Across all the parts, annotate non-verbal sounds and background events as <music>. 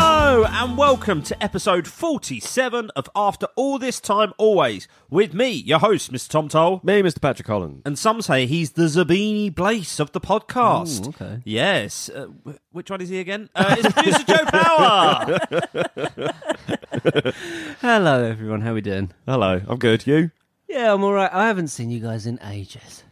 and welcome to episode 47 of After All This Time Always, with me, your host, Mr. Tom Toll. Me, Mr. Patrick Holland. And some say he's the Zabini Blaze of the podcast. Ooh, okay. Yes. Uh, wh- which one is he again? Uh, it's producer <laughs> Joe Power. Hello, everyone. How we doing? Hello, I'm good. You? Yeah, I'm all right. I haven't seen you guys in ages.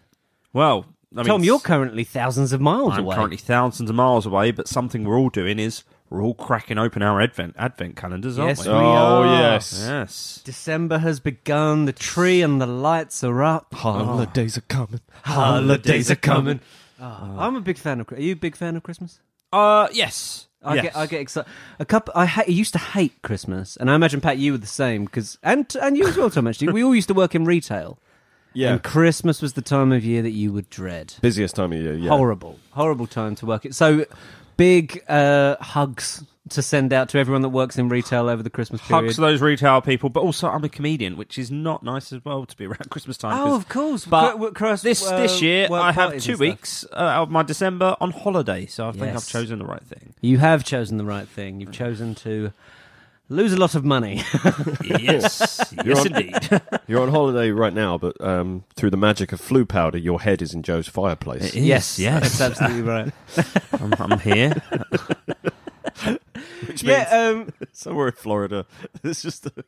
Well, I mean, Tom, you're currently thousands of miles I'm away. currently thousands of miles away, but something we're all doing is we're all cracking open our advent advent calendars, aren't Yes, we? we are. yes. Yes. December has begun. The tree and the lights are up. Holidays are coming. Oh. Holidays are coming. Oh, I'm a big fan of. Are you a big fan of Christmas? Uh, yes. I yes. get I get excited. A couple. I, ha- I used to hate Christmas, and I imagine Pat, you were the same. Because and and you as well, Tom. Actually, we all used to work in retail, Yeah. and Christmas was the time of year that you would dread. Busiest time of year, yeah. horrible, horrible time to work it. So big uh, hugs to send out to everyone that works in retail over the Christmas period. Hugs to those retail people, but also I'm a comedian, which is not nice as well to be around <laughs> Christmas time. 'cause- oh, of course. But Cr- Christ- this uh, this year, work I have parties two and stuff. weeks uh, out of my December on holiday, so I think Yes. I've chosen the right thing. You have chosen the right thing. You've chosen to lose a lot of money. <laughs> <laughs> yes, yes, on- indeed. You're on holiday right now, but um, through the magic of flu powder, your head is in Joe's fireplace. <laughs> yes, yes. that's <laughs> absolutely right. I'm, I'm here. <laughs> Which means yeah, um, somewhere in Florida, <laughs> it's just a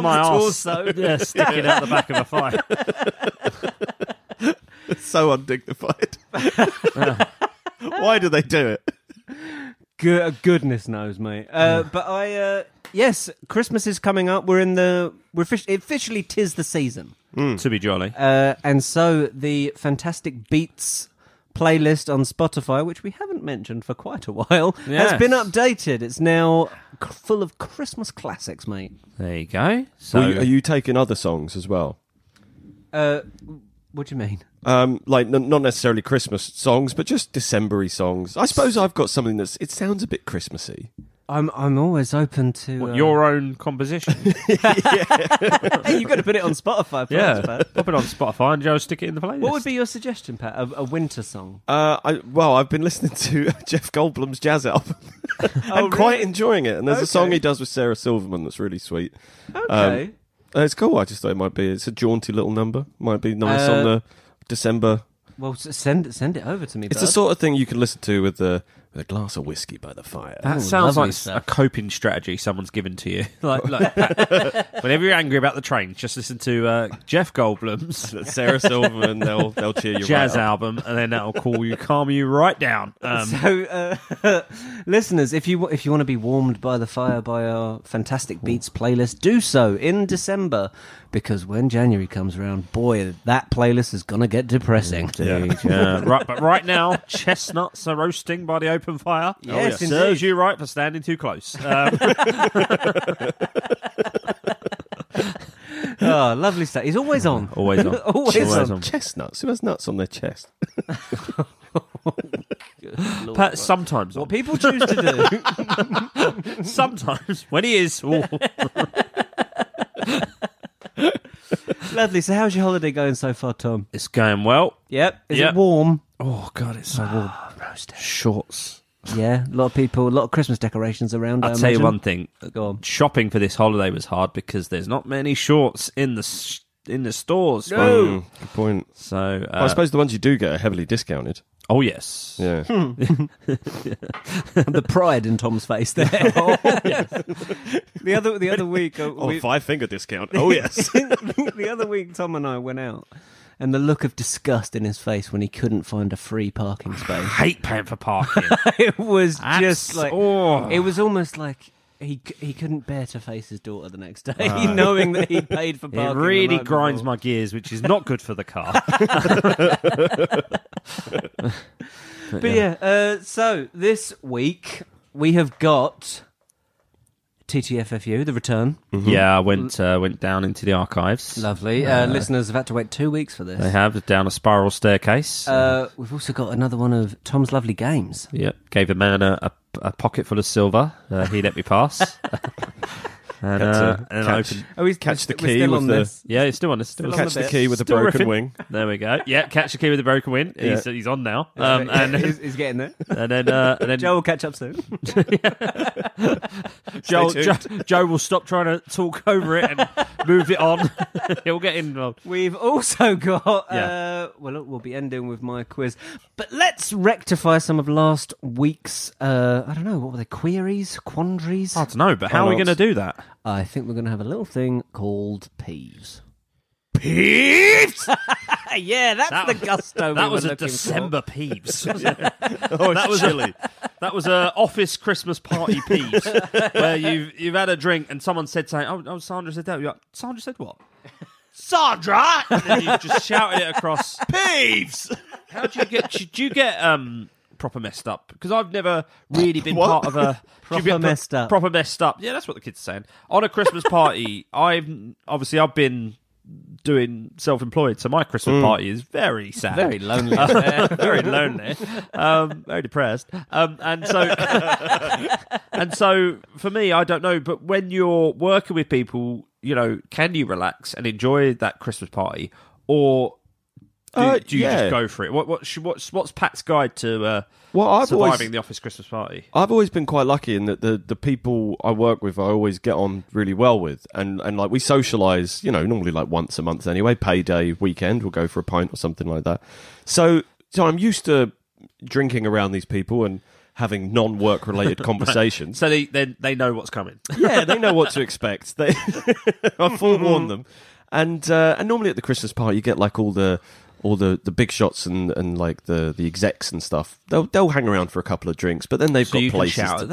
my arse, torso. yeah, sticking out the back of a <laughs> fire. so undignified. <laughs> Why do they do it? Good, goodness knows, mate. Uh, but I, uh, yes, Christmas is coming up. We're in the we're offici- officially tis the season. To be jolly. Uh, and so the fantastic beats playlist on Spotify, which we haven't mentioned for quite a while, Yes. has been updated. It's now c- full of Christmas classics, mate. There you go. So Well, you- are you taking other songs as well? Uh, what do you mean? Um, like n- not necessarily Christmas songs, but just Decembery songs. I suppose I've got something that's. It sounds a bit Christmassy. I'm I'm always open to What, uh, your own composition. <laughs> Hey, you've got to put it on Spotify. For us, Pat. Pop it on Spotify and Joe stick it in the playlist. What would be your suggestion, Pat? A, a winter song? Uh, I, well, I've been listening <laughs> to Jeff Goldblum's jazz album <laughs> and quite enjoying it. And there's a song Okay. he does with Sarah Silverman that's really sweet. Okay. Uh, it's cool. I just thought it might be. It's a jaunty little number. Might be nice on Uh, the December. well, s- send it send it over to me. It's bud. the sort of thing you can listen to with a with a glass of whiskey by the fire. That Ooh, sounds lovely like stuff. a coping strategy someone's given to you. <laughs> like, like Pat, whenever you're angry about the train, just listen to uh, Jeff <laughs> Goldblum's Sarah Silverman, they'll they'll cheer you jazz right up. album, and then that'll call you, calm you right down. <laughs> Um, So, uh, <laughs> listeners, if you wa- if you want to be warmed by the fire by our fantastic beats playlist, do so in December, because when January comes around, boy, that playlist is gonna get depressing. <laughs> yeah, <laughs> right, but right now, chestnuts are roasting by the open fire. Yes, indeed. serves you right for standing too <laughs> close. Um, oh, lovely stuff. He's always on. <laughs> always on. <laughs> Always on. Chestnuts. Who has nuts on their chest? Pat, sometimes, <laughs> on. What people choose to do. <laughs> sometimes when he <laughs> is, oh, lovely. So, how's your holiday going so far, Tom? it's going well. Yep. Is Yep. it warm? Oh God, it's so warm. Shorts. Yeah. A lot of people. A lot of Christmas decorations around. I I'll tell you imagine. one thing. Go <laughs> on. Shopping for this holiday was hard because there's not many shorts in the s in the stores. Mm, good point. So Well, I uh, suppose the ones you do get are heavily discounted. oh yes. Yeah. the pride in Tom's face there. <laughs> Oh, <laughs> The other the other week. uh, Oh, we- five finger discount. <laughs> Oh yes. <laughs> the other week, Tom and I went out, and the look of disgust in his face when he couldn't find a free parking space. Hate paying for parking. <laughs> it <laughs> was Abs- just like oh. it was almost like he c- he couldn't bear to face his daughter the next day, <laughs> knowing that he paid for it parking. really grinds my gears, which is not good for the car. my. But yeah, uh, so this week we have got TTFFU, the return. yeah, I went uh, went down into the archives. Lovely. Uh, listeners have had to wait two weeks for They this. have down a spiral staircase. Uh, we've also got another one of Tom's lovely games. yep, gave a man a, a, a pocket full of silver. Uh, he let me pass. <laughs> and Had to uh, and I catch- opened. Oh, he's Catch the we're key still with on the- this. Yeah, it's still on. It's still, Still on Catch the the bit. key with a Still broken riffing. wing. There we go. Yeah, catch the key with a broken win. He's, <laughs> he's on now. Um, and, <laughs> he's, he's getting there. and then uh, and then <laughs> Joe will catch up soon. Joe, tuned. Joe, Joe will stop trying to talk over it and move it on. <laughs> He'll get involved. We've also got. Yeah. Uh, well, look, we'll be ending with my quiz, but let's rectify some of last week's. Uh, I don't know what were they? Queries, quandaries. I don't know, but how are we going Can't to do that? I think we're going to have a little thing called peeves. Peeves. <laughs> yeah, that's That- the gusto. That we was a were looking for. December peeves. <laughs> Oh, it's that was chilly. A, that was a office Christmas party peeves where you've you've had a drink and someone said something. Oh, oh Sandra said that. You're like, Sandra said what? Sandra, and then you just shouted it across. <laughs> Peeves. How do you get? Do you get um proper messed up? Because I've never really been What? part of a <laughs> do you Proper get pro- messed up. Proper messed up. Yeah, that's what the kids are saying. On a Christmas <laughs> party, I've obviously I've been doing self-employed, so my Christmas party is very sad, Very lonely. <laughs> very lonely, um, very depressed, um, and <laughs> so and so for me, I don't know. But when you're working with people, you know, can you relax and enjoy that Christmas party, or do, Uh, do you yeah. just go for it? What what should- what's what's Pat's guide to uh, Well, I've surviving always- the office Christmas party? I've always been quite lucky in that the, the people I work with I always get on really well with and, and like we socialise, you know, normally like once a month anyway, payday weekend, we'll go for a pint or something like that. So so I'm used to drinking around these people and having non <laughs> work related conversations. So they they, they know what's coming. yeah, they know what to expect. <laughs> They, I forewarned them, and uh, and normally at the Christmas party you get like all the all the, the big shots and, and like the, the execs and stuff. They'll they'll hang around for a couple of drinks, but then they've So got you can places. shout to- at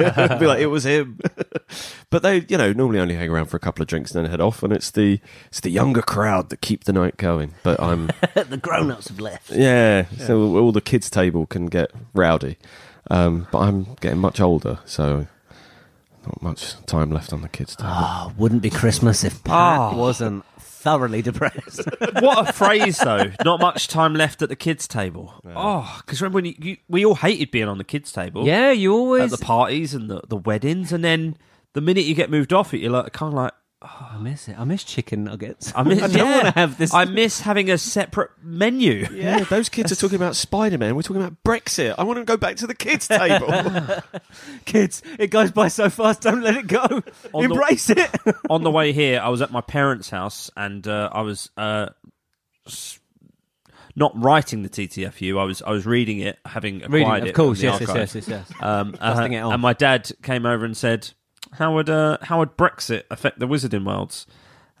them. <laughs> be like it was him, <laughs> but they you know normally only hang around for a couple of drinks and then head off. And it's the it's the younger crowd that keep the night going. But I'm <laughs> the grown-ups have left. yeah, so all the kids table can get rowdy, um, but I'm getting much older, so not much time left on the kids table. Oh, wouldn't be Christmas if Pat Ah. wasn't thoroughly <laughs> depressed. <laughs> what a phrase though not much time left at the kids table oh because remember when you, you we all hated being on the kids table yeah, you at always. the parties and the, the weddings and then the minute you get moved off it you're like kind of like I miss it. I miss chicken nuggets. i miss <laughs> I don't yeah, want to have this. i miss having a separate menu Yeah, those kids are talking about Spider Man. We're talking about Brexit. I want to go back to the kids' table. kids, it goes by so fast. Don't let it go. On the- Embrace it. on the way here, I was at my parents' house and uh, I was uh, s- not writing the TTFU. I was I was reading it, having acquired Reading it, of it course, from the yes, yes, archive. yes, yes, yes. Um, uh, Dusting it off. and my dad came over and said, "How would uh, how would Brexit affect the Wizarding Worlds?"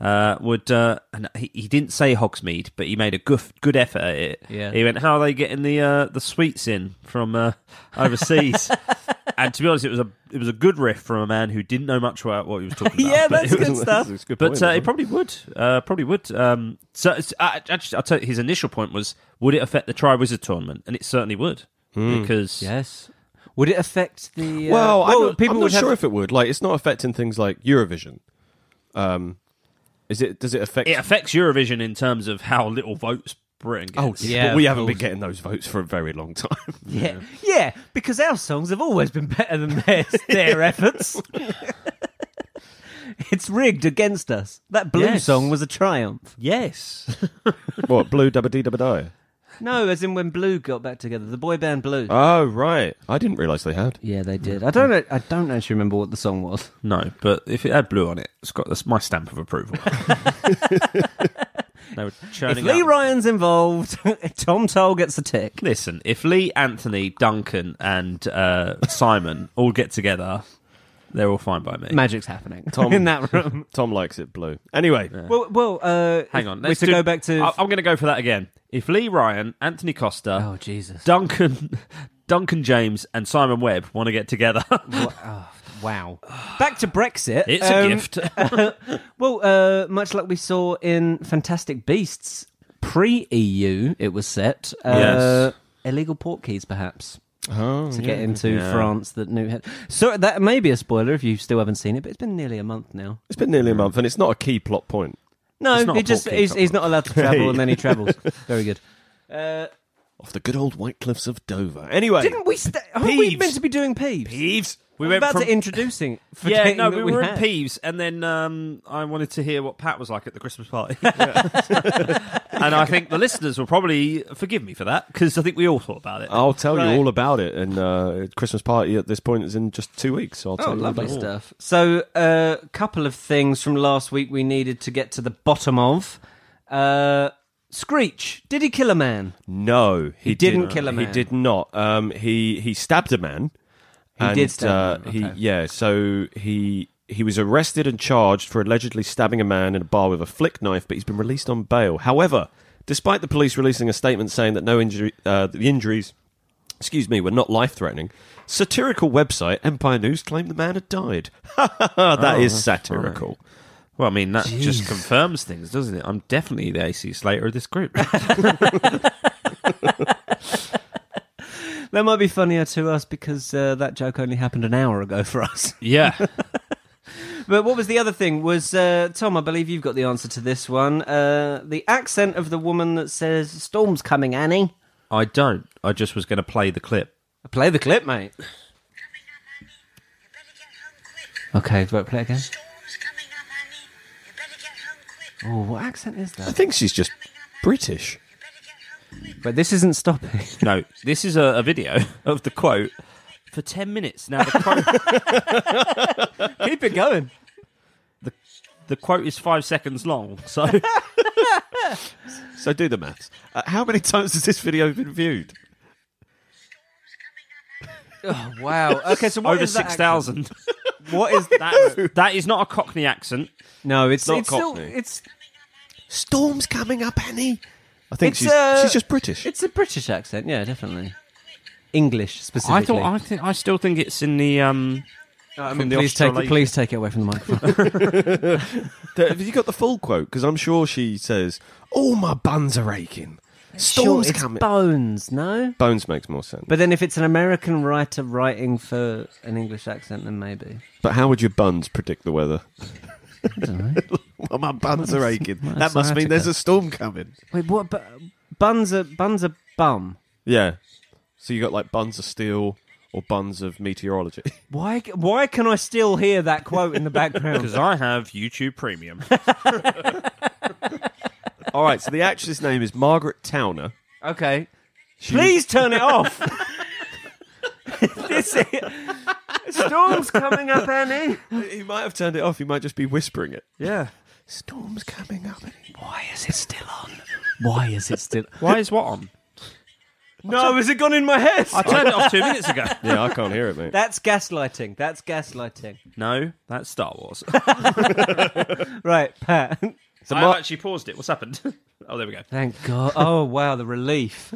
Uh, would uh, and he, he didn't say Hogsmeade, but he made a good good effort at it. Yeah. He went, "How are they getting the uh, the sweets in from uh, <laughs> overseas?" and to be honest, it was a it was a good riff from a man who didn't know much about what he was talking about. <laughs> yeah, but <laughs> that's it was- good stuff. It's a good but point, uh, isn't it probably would. Uh, probably would. Um, so it's, uh, actually, I'll tell you, his initial point was: would it affect the Tri Wizard tournament? And it certainly would, Hmm. because Yes. Would it affect the? Uh, well, I'm not, people I'm not would sure have. if it would. Like, it's not affecting things like Eurovision. Um, is it? Does it affect? it affects Eurovision in terms of how little votes Britain oh, gets. yeah. Yeah, but we of haven't been course. getting those votes for a very long time. yeah, yeah, because our songs have always been better than <laughs> theirs. Their efforts. it's rigged against us. That blue Yes. song was a triumph. yes. <laughs> what blue dabba dee dabba die? No, as in when Blue got back together, the boy band Blue. Oh right, I didn't realise they had. yeah, they did. Uh, I don't. know- I don't actually remember what the song was. <laughs> No, but if it had blue on it, it's got that's my stamp of <laughs> approval. they were If churning Lee out- Ryan's involved, <laughs> Tom Toll gets a tick. Listen, if Lee, Anthony, Duncan, and uh, Simon all get together, they're all fine by me. Magic's happening Tom- <laughs> in that room. Tom likes it blue. Anyway, Well, well. Uh, Hang on, we let's to do- go back to. I, am going to go for that again. If Lee Ryan, Anthony Costa, oh Jesus! Duncan, <laughs> Duncan James, and Simon Webb want to get together, <laughs> Wha- oh, wow. Back to Brexit. it's a Um, gift. <laughs> Well, uh, much like we saw in Fantastic Beasts, pre-EU, it was set. Uh, Yes. Illegal port keys, perhaps. oh, to yeah. get into Yeah. France that new head. So that may be a spoiler if you still haven't seen it, but it's been nearly a month now. it's been nearly a month, and it's not a key plot point. No, It's not he a just portkey he's, cover. <laughs> he's not allowed to travel, and then he travels. Very good. Uh, off the good old white cliffs of Dover. Anyway, Didn't we? St- aren't we Peeves. meant to be doing peeves? Peeves. We I'm went about from to introducing. yeah, forgetting no, that we were in had. Peeves, and then um, I wanted to hear what Pat was like at the <laughs> Christmas party. <laughs> and I think the listeners will probably forgive me for that because I think we all thought about it. I'll tell Right. you all about it. And uh, Christmas party at this point is in just two weeks. So I'll tell Oh, you lovely all about it. stuff. So, a uh, couple of things from last week we needed to get to the bottom of. Uh, Screech, did he kill a man? No, he, didn't did- kill a He man. did not. Um, he he stabbed a man. He and, did stab uh, a man, okay. He yeah. So he he was arrested and charged for allegedly stabbing a man in a bar with a flick knife, but he's been released on bail. However, despite the police releasing a statement saying that no injury, uh, the injuries, excuse me, were not life threatening, satirical website Empire News claimed the man had died. <laughs> Oh, That is satirical. Well, I mean, that just confirms things, doesn't it? I'm definitely the AC Slater of <laughs> this group. That might be funnier to us because uh, that joke only happened an hour ago for us. <laughs> yeah. But what was the other thing? Was uh, Tom? I believe you've got the answer to this one. Uh, the accent of the woman that says "Storm's coming, Annie." Uh, I don't. I just was going to play the clip. Play the clip, mate. coming up, Annie. You better get home quick. Okay, but play again. Storm's coming up, Annie. You better get home quick. Oh, what accent is I that? think she's just British. You better get home quick. But this isn't stopping. No, this is a, a video <laughs> of the quote for 10 minutes. Now, the quote, <laughs> Keep it going. the quote is five seconds long. So, <laughs> So do the maths. Uh, how many times has this video been viewed? Storm's coming up, Annie. <laughs> Oh, wow. Okay, so what over is that accent? <laughs> 6,000. What is that? That, <laughs> that is not a Cockney accent. No, it's Not it's still Cockney. it's Storm's coming up, Annie. I think It's, she's uh, she's just British. it's a British accent. Yeah, definitely. English specifically. I thought I think I still think it's in the um from the please take Australasian. please take it away from the microphone. Have you got the full quote? Because I'm sure she says, "All my buns are aching. <laughs> Sure, Storm's it's coming." bones, no. Bones makes more sense. But, But then if it's an American writer writing for an English accent, then maybe. how would your buns predict the weather? <laughs> well, my buns are aching. That must mean there's a storm coming. Wait, what? Bu- buns are buns are bum. Yeah. So you got like buns of steel or buns of meteorology. <laughs> Why? c- Why can I still hear that quote in the because <laughs> background? I have YouTube Premium. All right. So the actress' name is Margaret Towner. <gasps> okay, She was- please turn it off. <laughs> this is, <laughs> storm's coming up, Annie. he might have turned it off. He might just be whispering it. <laughs> yeah. Storm's coming up. Why is it still on? Why is it still? <laughs> Why is what on? No, has it gone in my head? I turned <laughs> it off two minutes ago. Yeah, I can't hear it, mate. That's gaslighting. That's gaslighting. No, that's Star Wars. <laughs> Right, Pat. So I actually paused it. What's happened? <laughs> Oh, there we go. Thank God. Oh wow, the relief.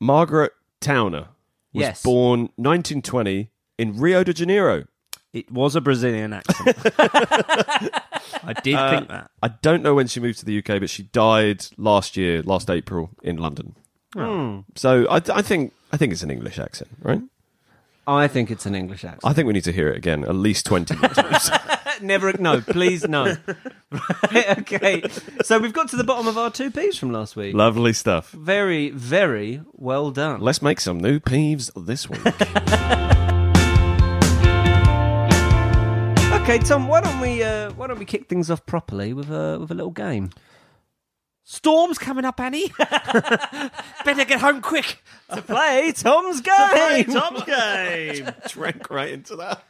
Margaret Towner was Yes. born 1920 in Rio de Janeiro. It was a Brazilian accent. <laughs> Uh, I did think that. I don't know when she moved to the UK, but she died last year, last April in London. So I, I think I think it's an English accent, right? I think it's an English accent. I think we need to hear it again at least 20 more times. Never. No, please, no. <laughs> right, okay. So we've got to the bottom of our two P's from last <laughs> week. Lovely stuff. Very, very well done. Let's make some new peeves this week. Okay, Tom. Why don't we? Uh, why don't we kick things off properly with a with a little game? Storm's coming up, <laughs> Annie. Better get home quick. To play Tom's game. Tom's game. <laughs> Drank right into that.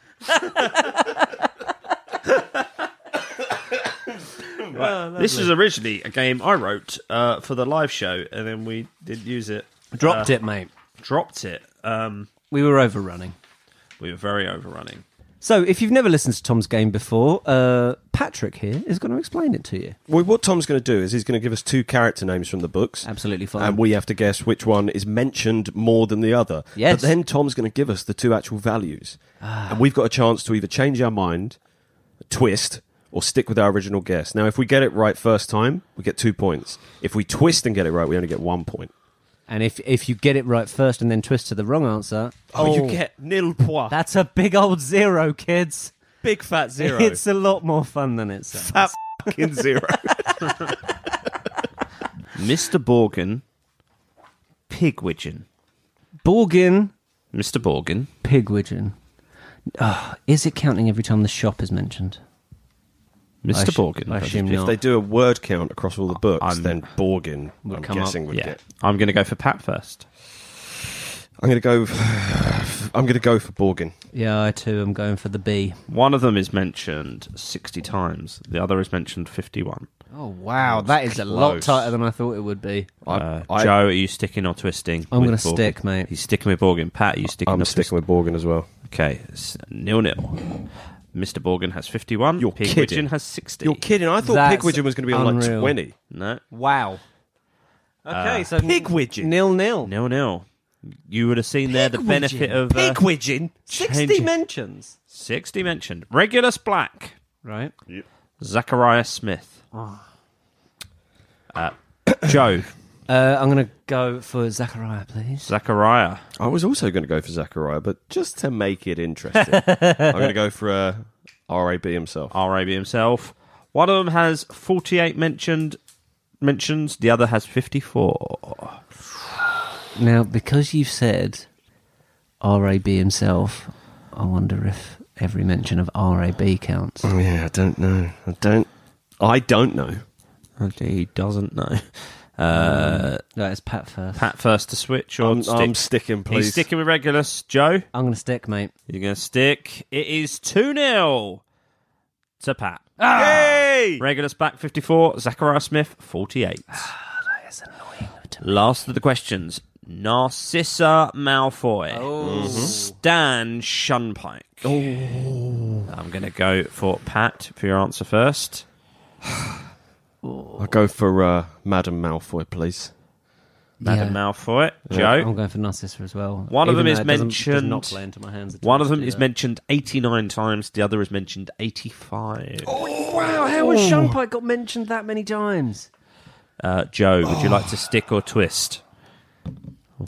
Oh, This was originally a game I wrote uh, for the live show, and then we did use it. Dropped it, mate. Dropped it. Um, We were overrunning. we were very overrunning. So, if you've never listened to Tom's game before, uh, Patrick here is going to explain it to you. Well, what Tom's going to do is he's going to give us two character names from the books. Absolutely fine. And we have to guess which one is mentioned more than the other. Yes. But then Tom's going to give us the two actual values. And we've got a chance to either change our mind, twist, or stick with our original guess. Now, if we get it right first time, we get two points. If we twist and get it right, we only get one point. And if if you get it right first and then twist to the wrong answer, Oh, nil point. that's a big old zero, kids. big fat zero. It's a lot more fun than it sounds. fat fucking zero. Mr. Borgen Pigwidgeon. Borgin Mr. Borgin. Pigwidgeon. Ah, is it counting every time the shop is mentioned? I Mr. sh- Borgin. I assume If not. they do a word count across all the books, I'm- then Borgin, I'm come up, guessing, would yeah. get. I'm going to go for Pat first. I'm gonna go. <sighs> I'm gonna go for Borgin. yeah, I too am going for the B. One of them is mentioned 60 times. The other is mentioned 51. Oh wow, that is a lot Close. tighter than I thought it would be. I, Uh, I, Joe, are you sticking or twisting? I'm with gonna Borgin? stick, mate. He's sticking with Borgin. Pat, are you sticking I'm or sticking with Borgin as well. twisting? Okay, it's nil nil. Mr. Borgin has 51. You're Pigwidgeon kidding. has 60. You're kidding. I thought That's Pigwidgeon was going to be on like unreal. 20. No. Wow. Uh, Okay, so Pigwidgeon. nil nil. Nil nil. You would have seen there the Pigwidgeon. benefit of uh, Pigwidgeon. change it. mentions. 60 mentioned. Regulus Black. Right. Zachariah Smith. Ah. Uh, <coughs> Joe. Uh, I'm gonna go for Zachariah, please. Zachariah. I was also going to go for Zachariah, but just to make it interesting, I'm going to go for uh, RAB himself. RAB himself. One of them has 48 mentioned mentions, the other has 54. Now, because you've said RAB himself, I wonder if every mention of RAB counts. Oh, Yeah, I don't know. I don't. I don't know. He doesn't know. Uh, That is Pat first. Pat first to switch or I'm, stick? I'm sticking, please. He's sticking with Regulus. Joe, I'm gonna stick, mate. you're going to stick. It is 2 0 to Pat. Ah! Yay! Regulus back 54, Zachariah Smith 48. That's annoying. Last of the questions Narcissa Malfoy. Mm-hmm. Stan Shunpike. I'm going to go for Pat for your answer first. I'll go for uh, Madame Malfoy, please. Madam Yeah. Malfoy. I'm Oh, Joe. going for Narcissa as well. One of Even them is though it doesn't- does mentioned- not play into my hands at all One of them to is do that. mentioned 89 times, the other is mentioned 85. Oh. Wow, how has Shumpike got mentioned that many times? Uh, Joe, would you like to stick or twist? I'm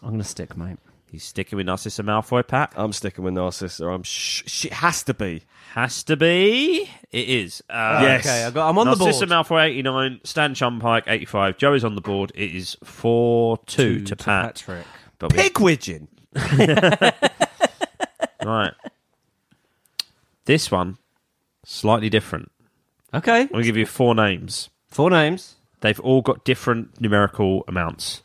gonna stick, mate. He's sticking with Narcissa Malfoy, Pat. I'm sticking with Narcissa. I'm. Sh- she has to be. Has to be. It is. Uh, Yes. Okay, I got. I'm on Narcissa the board. Malfoy 89, Stan Shumpike 85. Joe is on the board. It is 4 2 to, Pat. Patrick. But we- Pigwidgeon. <laughs> right. This one, slightly different. Okay, I'm going to give you four names. four names. They've all got different numerical amounts.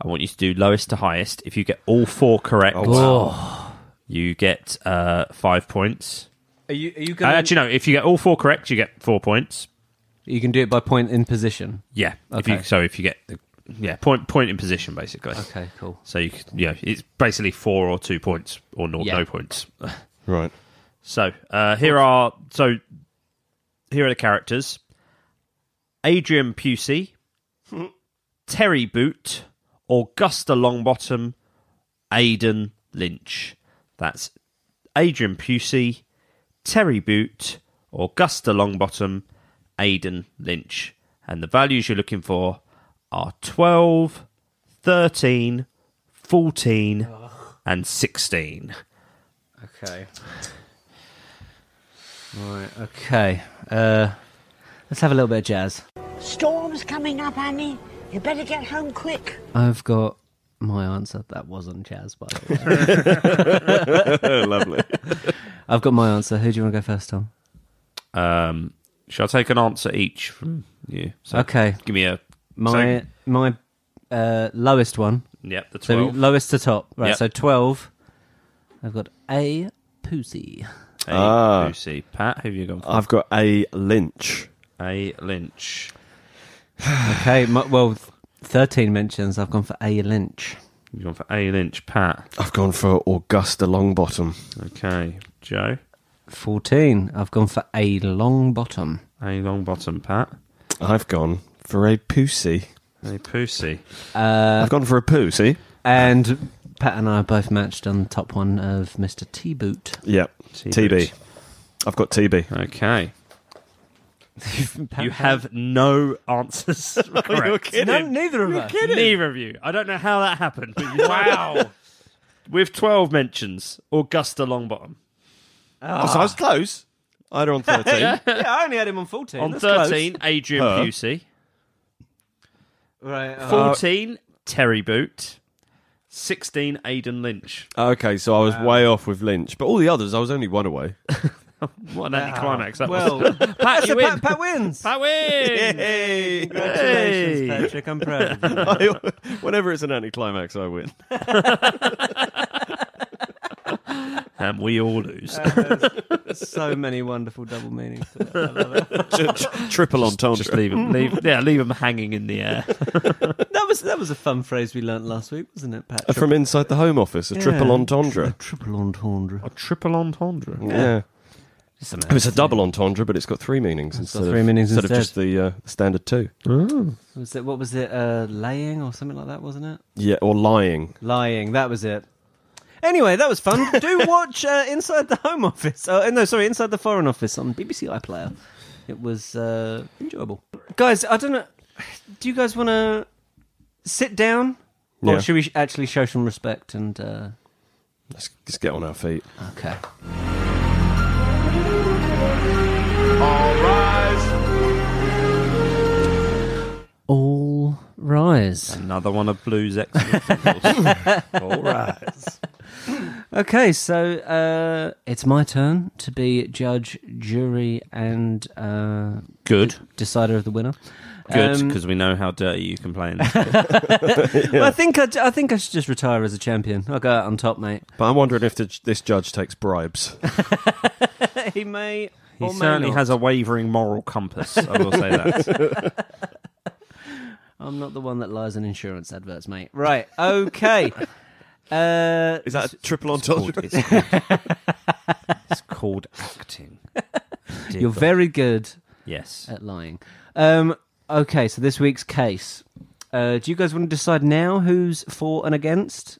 I want you to do lowest to highest. If you get all four Oh, correct, you get uh, five points. Are you? Are you Uh, gonna? actually, no. If you get all four correct, you get four points. you can do it by point in position. Yeah. If Okay. you, so if you get the yeah point point in position basically. Okay, cool. So you c- yeah, it's basically four or two points or no, Yeah. no points. Right. So uh, here are so here are the characters: Adrian Pusey, Terry Boot, Augusta Longbottom, Aidan Lynch. That's Adrian Pusey, Terry Boot, Augusta Longbottom, Aidan Lynch. And the values you're looking for are 12, 13, 14, and 16. Okay. Right. Okay. Uh, let's have a little bit of jazz. Storm's coming up, Annie. You better get home quick. I've got my answer. That wasn't jazz, by the way. <laughs> Lovely. I've got my answer. Who do you want to go first, Tom? Um, shall I take an answer each from you? So Hmm. Okay. Give me a My So, my uh, lowest one. yep, the So twelve. lowest to top. Right. Yep. So twelve. I've got a pussy. a Ah. Lucy, Pat, who have you gone for? I've got a Lynch. a Lynch. Okay. My, well, th- thirteen mentions. I've gone for a Lynch. You've gone for a Lynch, Pat. I've gone for Augusta Longbottom. Okay, Joe. Fourteen. I've gone for a long bottom. A long bottom, Pat. I've gone for a Pussy. A Pussy. I've gone for a Pussy. And Pat and I are both matched on the top one of Mr. T <laughs> Boot. Yep. T-Boot. TB. I've got TB. Okay. You have no <laughs> answers. correct. no, neither of us. Neither of you. I don't know how that <laughs> happened. But you wow. With twelve mentions, Augusta Longbottom. So I was close. I <laughs> had her on 13. Yeah, I only had him on fourteen. On That's close. thirteen, Adrian Her. Pusey. right? uh, 14, Terry Boot. 16, Aidan Lynch. Okay, so I was way off with Lynch, but all the others, I was only one away. What an anticlimax that was. Well, <laughs> Pat, you so win. Pat, Pat wins. Pat wins. Hey! Congratulations, Hey. Patrick. I'm proud of you. <laughs> <laughs> Whenever it's an anticlimax, I win. And we all lose. uh, so many wonderful double meanings. To that. Triple Just entendre. leave him. Leave, yeah, leave him hanging in the air. that was that was a fun phrase we learnt last week, wasn't it, Patrick? Uh, From inside the Home Office, a triple Yeah. A entendre. <laughs> triple entendre. A triple entendre. Yeah. It's a It was a double entendre, but it's got three meanings instead three of meanings instead instead. of just the uh, standard two. Was it, what was it? Uh, laying or something like that, wasn't it? Yeah, or lying. Lying. That was it. Anyway, that was fun. Do watch uh, Inside the Home Office. Oh, no, sorry, Inside the Foreign Office on BBC iPlayer. It was uh, enjoyable. Guys, I don't know. Do you guys want to sit down? Yeah. Or should we sh- actually show some respect and. Uh, Let's just get on our feet. okay. All rise. Another one of Blue's Um, excellent. All right. Okay, so uh, it's my turn to be judge, jury, and uh, Good. decider of the winner. Good, Um, <laughs> because we know how dirty you can play. in this. I think I, I think I should just retire as a champion. I'll go out on top, mate. But I'm wondering if the, this judge takes bribes. he may. He certainly has a wavering moral compass. I will <laughs> say that. I'm not the one that lies on insurance adverts, mate. <laughs> Oh, Right. Okay. uh, <laughs> Is that a triple Called- entendre? it's, called, it's called acting. Dear you're God. very good yes. at lying. Um, okay, so this week's case. Uh, do you guys want to decide now who's for and against?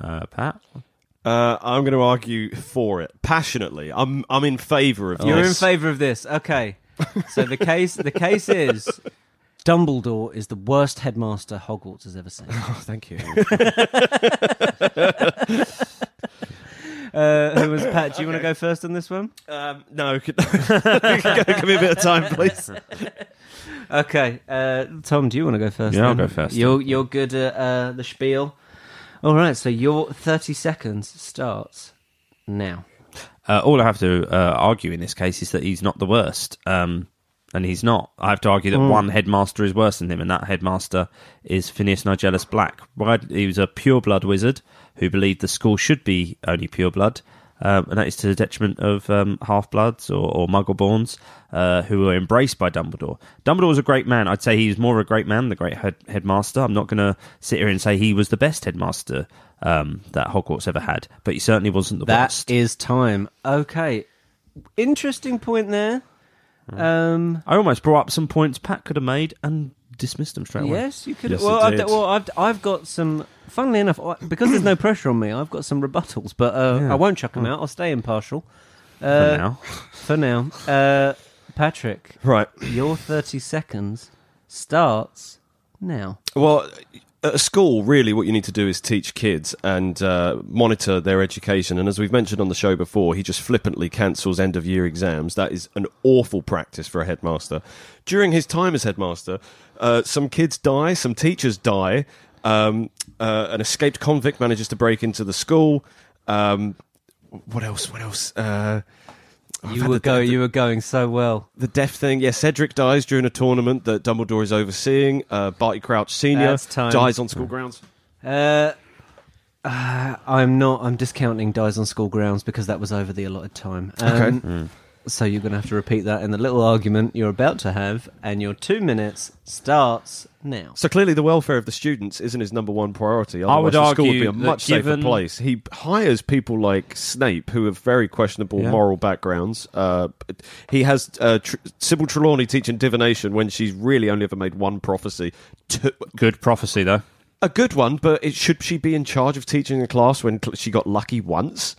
Uh, Pat, <laughs> Uh, I'm going to argue for it passionately. I'm I'm in favour of Oh, You're in this. favour of this. Okay. So the case the case is Dumbledore is the worst headmaster Hogwarts has ever <laughs> seen. Oh, thank you. <laughs> Uh, who was Pat? Do you want to go first on this one? um, no, <laughs> could, give me a bit of time, please. Okay, uh, Tom, do you want to go first? Yeah, I'll then? go first. You're you're good at uh, the spiel. All right, so your thirty seconds starts now. uh, all I have to uh, argue in this case is that he's not the worst, um, and he's not. I have to argue that one headmaster is worse than him, and that headmaster is Phineas Nigellus Black. Right, He was a pure blood wizard who believed the school should be only pure blood, um, and that is to the detriment of um, half bloods or, or muggleborns uh, who were embraced by Dumbledore. Dumbledore was a great man. I'd say he was more of a great man, than the great head- headmaster. I'm not going to sit here and say he was the best headmaster um, that Hogwarts ever had, but he certainly wasn't the That is worst. time. Okay, interesting point there. Um, I almost brought up some points Pat could have made and dismissed them straight away. yes, you could. Yes, well, it I've, did. well, I've I've got some. Funnily enough, I- because <coughs> there's no pressure on me, I've got some rebuttals, but uh, I won't chuck them out. I'll stay impartial For uh, now. for now. Uh, Patrick, Right. Your 30 seconds starts now. Well, at school, really, what you need to do is teach kids and uh, monitor their education. And as we've mentioned on the show before, he just flippantly cancels end of year exams. That is an awful practice for a headmaster. During his time as headmaster, uh, some kids die, some teachers die. Um, uh, an escaped convict manages to break into the school. Um, what else? What else? Uh, You were go you were going so well. the deaf thing. Yeah, Cedric dies during a tournament that Dumbledore is overseeing. Uh, Barty Crouch Senior That's time. dies on school grounds. Uh, <sighs> uh, I'm not I'm discounting dies on school grounds because that was over the allotted time. Um, Hmm. So you're going to have to repeat that in the little argument you're about to have and your 2 minutes starts now. So clearly, the welfare of the students isn't his number one priority. Otherwise, would the school would argue be a that much safer given- place. He hires people like Snape, who have very questionable Yeah. moral backgrounds. Uh, he has uh, tr- Sybil Trelawney teaching divination when she's really only ever made one prophecy, Two- Good prophecy, though. a good one. But it, should she be in charge of teaching a class when cl- she got lucky once?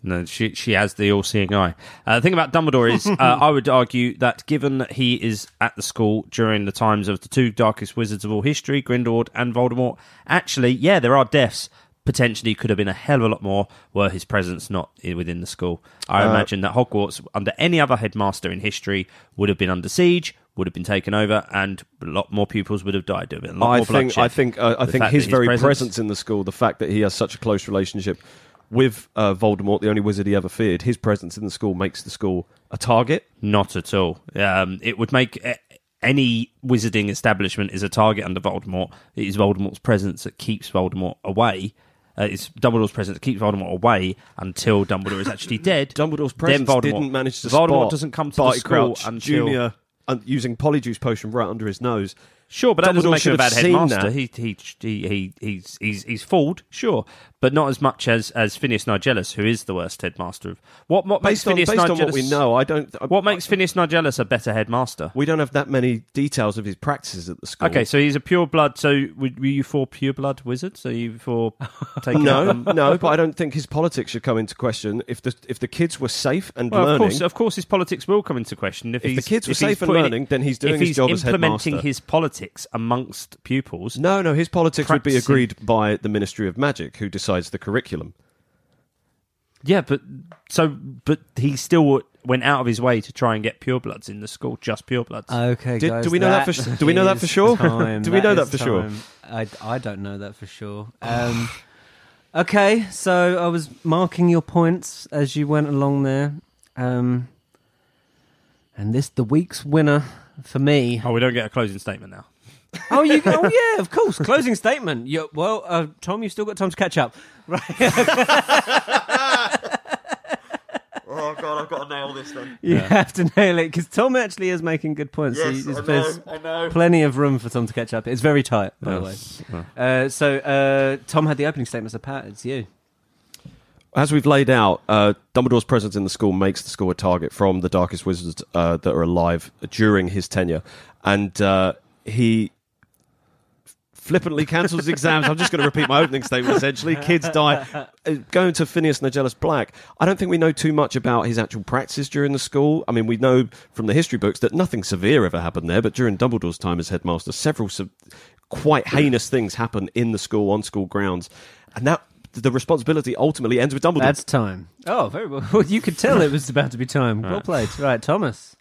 No, she she has the all-seeing eye. Uh, the thing about Dumbledore <laughs> is, uh, I would argue that given that he is at the school during the times of the two darkest wizards of all history, Grindelwald and Voldemort, actually, yeah, there are deaths. Potentially, could have been a hell of a lot more were his presence not i- within the Uh, school. I imagine that Hogwarts, under any other headmaster in history, would have been under siege, would have been taken over, and a lot more pupils would have died. There would have been a lot I more think, bloodshed. I think, uh, I The think fact his that very presence. in the school, the fact that he has such a close relationship with uh, Voldemort, the only wizard he ever feared, his presence in the school makes the school a target. Not at all. Um, it would make a- any wizarding establishment is a target under Voldemort. It is Voldemort's presence that keeps Voldemort away. Uh, it's Dumbledore's presence that keeps Voldemort away until Dumbledore is actually dead. Dumbledore's Then presence Voldemort- didn't manage to Voldemort spot doesn't come to Barty the school Crouch until Junior and using polyjuice potion right under his nose. Sure, but that doesn't Dumbledore make him a should have bad seen headmaster. that. He, he he he he's he's he's fooled, sure, but not as much as as Phineas Nigellus, who is the worst headmaster of what what makes Based, on, Phineas based on Nigellus what we know, I don't. I- What makes Phineas Nigellus a better headmaster? we don't have that many details of his practices at the school. Okay, so he's a pure blood. So would- were you for pure blood wizards? Are you <laughs> for taking No, out <laughs> them? no, but I don't think his politics should come into question. If the if the kids were safe and Well, of learning, course, of course, his politics will come into question if, If the he's, kids were if he's safe and putting- learning, then he's doing if his he's job as implementing headmaster. his politics amongst pupils. no, no, his politics would be Practicing- agreed by the Ministry of Magic, who decides the curriculum. Yeah, but so but he still went out of his way to try and get pure bloods in the school, just pure bloods. Okay, Did- guys, do we know that for su- do we know that for is sure? <laughs> time. Do we know that is for sure? time. I, I don't know that for <sighs> sure. Um, okay, so I was marking your points as you went along there, um, and this the week's winner for me. oh, we don't get a closing statement now. Oh, you? Oh, yeah, <laughs> of course. Closing statement. Yeah, well, uh, Tom, you've still got time to catch up. <laughs> <laughs> Oh god, I've got to nail this then. You have to nail it because Tom actually is making good points. so Yes, you- I there's know, I know. plenty of room for Tom to catch up. It's very tight, by Yes. the way. Uh, so uh, Tom had the opening statement. So Pat, it's you. As we've laid out, uh, Dumbledore's presence in the school makes the school a target from the darkest wizards uh, that are alive during his tenure, and uh, he flippantly cancels his exams. I'm just going to repeat my opening statement. Essentially, kids die. Uh, Going to Phineas Nigellus Black, I don't think we know too much about his actual practice during the school. I mean, we know from the history books that nothing severe ever happened there, but during Dumbledore's time as headmaster, several se- quite heinous things happen in the school on school grounds, and that. The responsibility ultimately ends with Dumbledore. That's time. Oh, very well. <laughs> well. You could tell it was about to be time. Well played. Right, Thomas.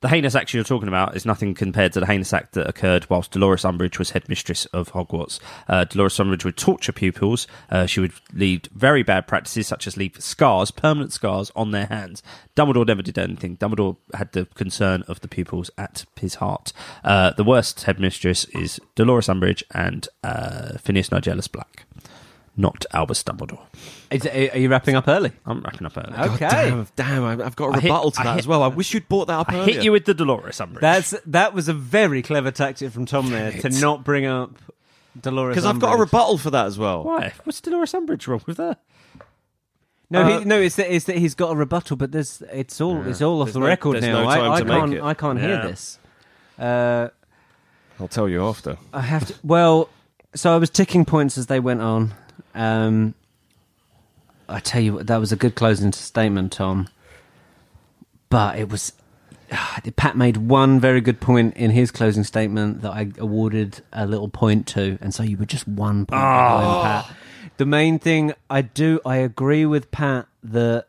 The heinous act you're talking about is nothing compared to the heinous act that occurred whilst Dolores Umbridge was headmistress of Hogwarts. Uh, Dolores Umbridge would torture pupils. Uh, she would leave very bad practices, such as leave scars, permanent scars, on their hands. Dumbledore never did anything. Dumbledore had the concern of the pupils at his heart. Uh, the worst headmistress is Dolores Umbridge and uh, Phineas Nigellus Black, not Albus Dumbledore. Is, are you wrapping up early? I'm wrapping up early. Okay. Damn, damn, I- I've got a I hit- rebuttal to I that hit- as well. I wish you'd brought that up I earlier. hit you with the Dolores Umbridge. That's that was a very clever tactic from Tom there to not bring up Dolores. because I've got a Umbridge. rebuttal for that as well. why. What's Dolores Umbridge wrong with her? No, Uh, he, no, it's that, it's that he's got a rebuttal, but there's it's all it's all off There's the no- record there's now. no time I, I to make can't it. I can't Yeah. hear this. Uh, I'll tell you after. I have to. Well, so I was ticking points as they went on. Um, I tell you, what, that was a good closing statement, Tom. But it was. <sighs> Pat made one very good point in his closing statement that I awarded a little point to, and so you were just one point behind Pat. The main thing I do, I agree with Pat that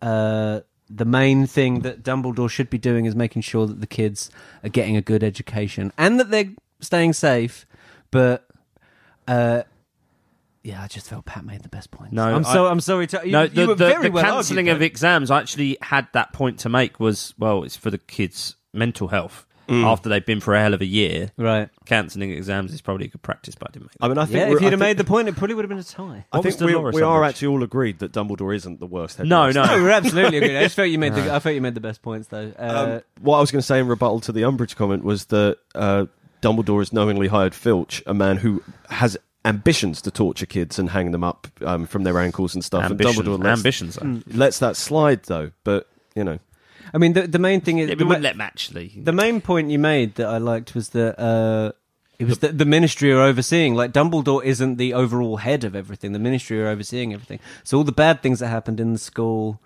uh, the main thing that Dumbledore should be doing is making sure that the kids are getting a good education and that they're staying safe. But uh, yeah, I just felt Pat made the best point. No, I'm I- so I'm sorry. To, you, no, you Uh, the, were the- very the well cancelling argued, of exams. I actually had that point to make was well, it's for the kids' mental health Mm. after they've been for a hell of a year. though. right. Cancelling exams is probably a good practice, but I didn't make that. I mean, I think Yeah, we're- if I you'd have think- made the point, it probably would have been a tie. I What think was we're, Dolores we are Umbridge? actually all agreed that Dumbledore isn't the worst. No, headmaster. no. No, we're absolutely agreed. I just felt <laughs> you made the. I felt you made the best points though. Uh, Um, what I was going to say in rebuttal to the Umbridge comment was that uh, Dumbledore has knowingly hired Filch, a man who has ambitions to torture kids and hang them up um, from their ankles and stuff. and Dumbledore Ambition, lets, ambitions. though. lets that slide though, but you know, I mean, the, the main thing is Yeah, the, we wouldn't ma- let them actually. the main point you made that I liked was that uh, it was that the ministry are overseeing. Like Dumbledore isn't the overall head of everything. The ministry are overseeing everything. So all the bad things that happened in the school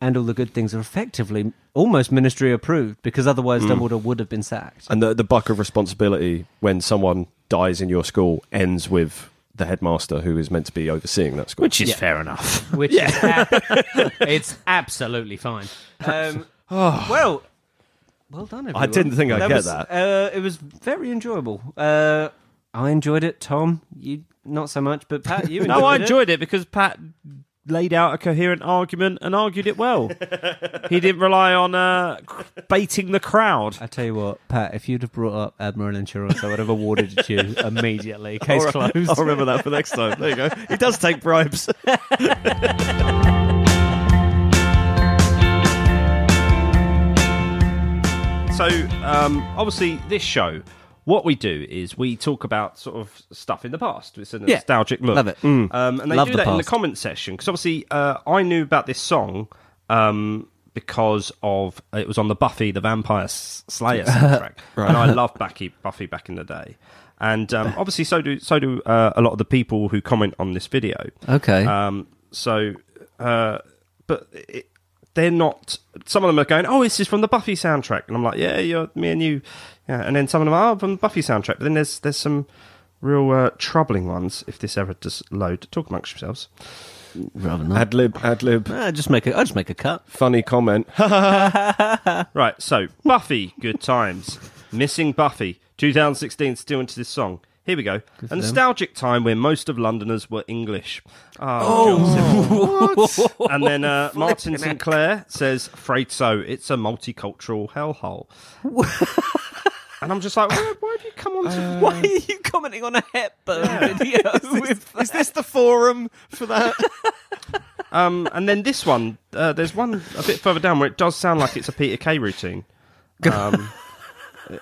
and all the good things are effectively almost ministry approved because otherwise Dumbledore would have been sacked. and the, the buck of responsibility when someone dies in your school ends with the headmaster who is meant to be overseeing that school. which is fair enough. Which <laughs> Oh. is ab- it's absolutely fine. Um, well, Well done, everyone. I didn't think I'd that get was, that. Uh, it was very enjoyable. Uh, I enjoyed it, Tom. You not so much, but <laughs> Pat, you enjoyed <laughs> No, I it. enjoyed it because Pat laid out a coherent argument and argued it <laughs> well. he didn't rely on uh, baiting the crowd. I tell you what, Pat, if you'd have brought up Admiral Insurance, I would have awarded it to <laughs> you immediately. Case I'll, closed. I'll remember that for next time. There you go. He does take bribes. So, um, obviously, this show, what we do is we talk about sort of stuff in the past. It's a Yeah. nostalgic look. Love it. Mm. Um, and they Love do the that in the past. comment section because obviously uh, I knew about this song um, because of it was on the Buffy the Vampire S- <laughs> Slayer soundtrack, and I loved Buffy, Buffy back in the day. And um, obviously, so do so do uh, a lot of the people who comment on this video. Okay. Um, so, uh, but it, they're not. Some of them are going, "Oh, this is from the Buffy soundtrack," and I'm like, "Yeah, you're me and you." Yeah, and then some of them are "Oh, from the Buffy soundtrack, but then there's there's some real uh, troubling ones. If this ever does load, talk amongst yourselves. Rather not. Ad lib, ad lib. Uh, just make a, I'll just make a cut. Funny comment. Right, so Buffy, good times. Missing Buffy, 2016, still into this song. Here we go. A nostalgic time when most of Londoners were English. Oh, what? <laughs> And then uh, Martin Sinclair says, Afraid so, it's a multicultural hellhole. <laughs> and I'm just like, why, why have you come on to. <laughs> Why are you commenting on a Hepburn <laughs> video? with Is this the forum for that? Um, and then this one, uh, there's one a bit further down where it does sound like it's a Peter Kay routine. Um,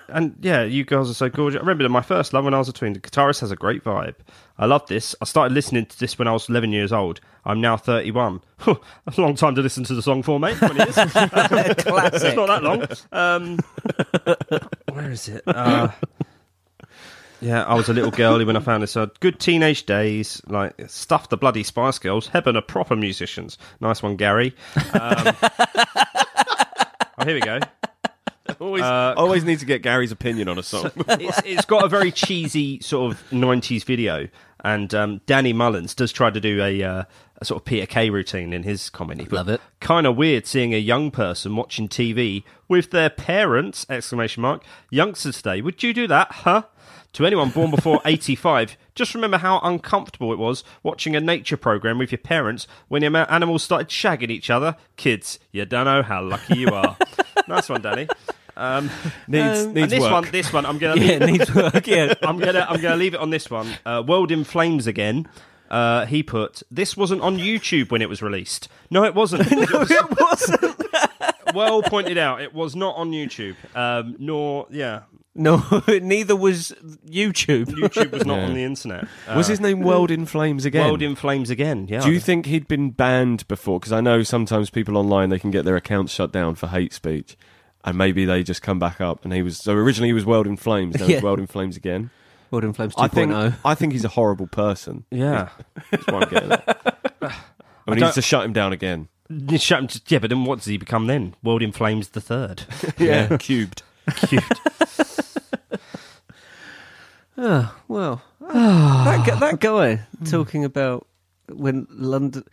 and yeah, you girls are so gorgeous. I remember that my first love when I was a tween. The guitarist has a great vibe. I love this. I started listening to this when I was 11 years old. I'm now 31. That's a long time to listen to the song for, mate. 20 years. it's classic. not that long. Um, where is it? Uh, <laughs> yeah, I was a little girly when I found this. Uh, good teenage days, like stuff the bloody Spice Girls. Heaven are proper musicians. Nice one, Gary. <laughs> Um, oh, here we go. always, Uh, always need to get Gary's opinion on a song. <laughs> It's, it's got a very cheesy sort of '90s video, and um, Danny Mullins does try to do a, uh, a sort of Peter Kay routine in his comedy. Love it. Kind of weird seeing a young person watching TV with their parents! Exclamation mark. Youngsters today, would you do that? Huh? To anyone born <laughs> before 85, just remember how uncomfortable it was watching a nature program with your parents when the amount animals started shagging each other. Kids, you don't know how lucky you <laughs> are. nice one, Danny. Um, Needs- and needs this work. one, this one, I'm <laughs> <laughs> gonna yeah, leave, it needs work. Yeah. I'm gonna I'm gonna leave it on this one. Uh, World in Flames again. Uh, he put this wasn't on YouTube when it was released. No, it wasn't. It was It wasn't. <laughs> well pointed out. It was not on YouTube. Um, nor yeah, No, <laughs> neither was YouTube. YouTube was not Yeah. on the internet. Uh, Was his name World in Flames again? World in Flames again? Yeah. Do you think he'd been banned before? Because I know sometimes people online they can get their accounts shut down for hate speech, and maybe they just come back up. And he was so originally he was World in Flames. Now Yeah. he's World in Flames again. World in Flames 2.0. I think I think he's a horrible person. yeah. That's why I'm getting at. I mean, he don't- needs to shut him down again. Shut him to- yeah, but then what does he become then? World in Flames the third. Yeah, cubed. Ah, well, ah, that, gu- that guy talking about when London,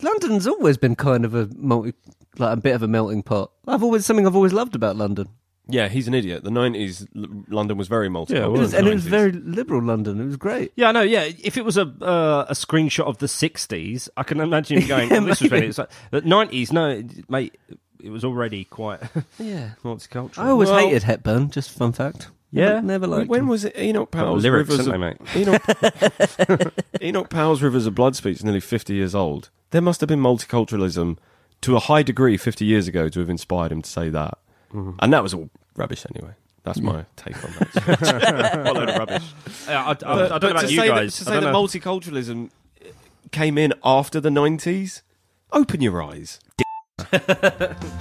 London's always been kind of a multi, like a bit of a melting pot. I've always something I've always loved about London, Yeah, he's an idiot. The nineties London was very multicultural. Yeah, it it was, and it was very liberal London. It was great. Yeah, I know. Yeah, if it was a uh, a screenshot of the '60s, I can <laughs> imagine him going, "Oh, this was when it was like the '90s." No, mate, it was already quite <laughs> Yeah, multicultural. I always Well- hated Hepburn. Just fun fact. Yeah. never, never liked. When him. was it? Enoch Got Powell's lyrics, Rivers haven't of, they, Enoch, <laughs> Enoch <laughs> Powell's Rivers of Blood speech is nearly fifty years old. There must have been multiculturalism to a high degree fifty years ago to have inspired him to say that, Mm-hmm. and that was all rubbish anyway. That's my take on <laughs> that. what a load of rubbish. Yeah, I, I, Oh, I don't know about to you say guys. that, I don't know. multiculturalism uh, came in after the nineties, open your eyes. <laughs>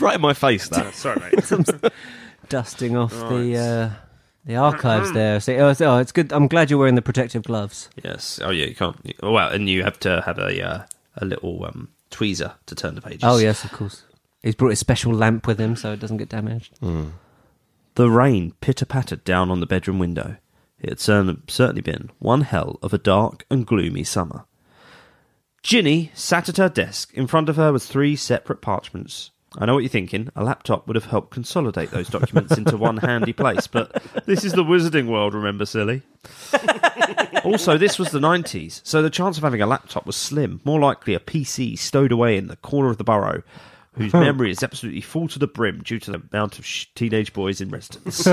right in my face. That <laughs> Sorry, mate. <laughs> <laughs> dusting off the uh, the archives there. So, oh, so- oh, it's good. I'm glad you're wearing the protective gloves. yes. Oh, yeah. You can't. you- Well, and you have to have a uh, a little um, tweezer Oh, to turn the pages. Oh yes, of course. He's brought his special lamp with him, so it doesn't get damaged. The rain pitter pattered down on the bedroom window. It had cern- certainly been one hell of a dark and gloomy summer. Ginny sat at her desk. In front of her was three separate parchments. I know what you're thinking. A laptop would have helped consolidate those documents into one handy place, but this is the wizarding world, remember, silly? <laughs> also, this was the 90s, so the chance of having a laptop was slim, more likely a PC stowed away in the corner of the burrow, whose memory is absolutely full to the brim due to the amount of sh- teenage boys in residence.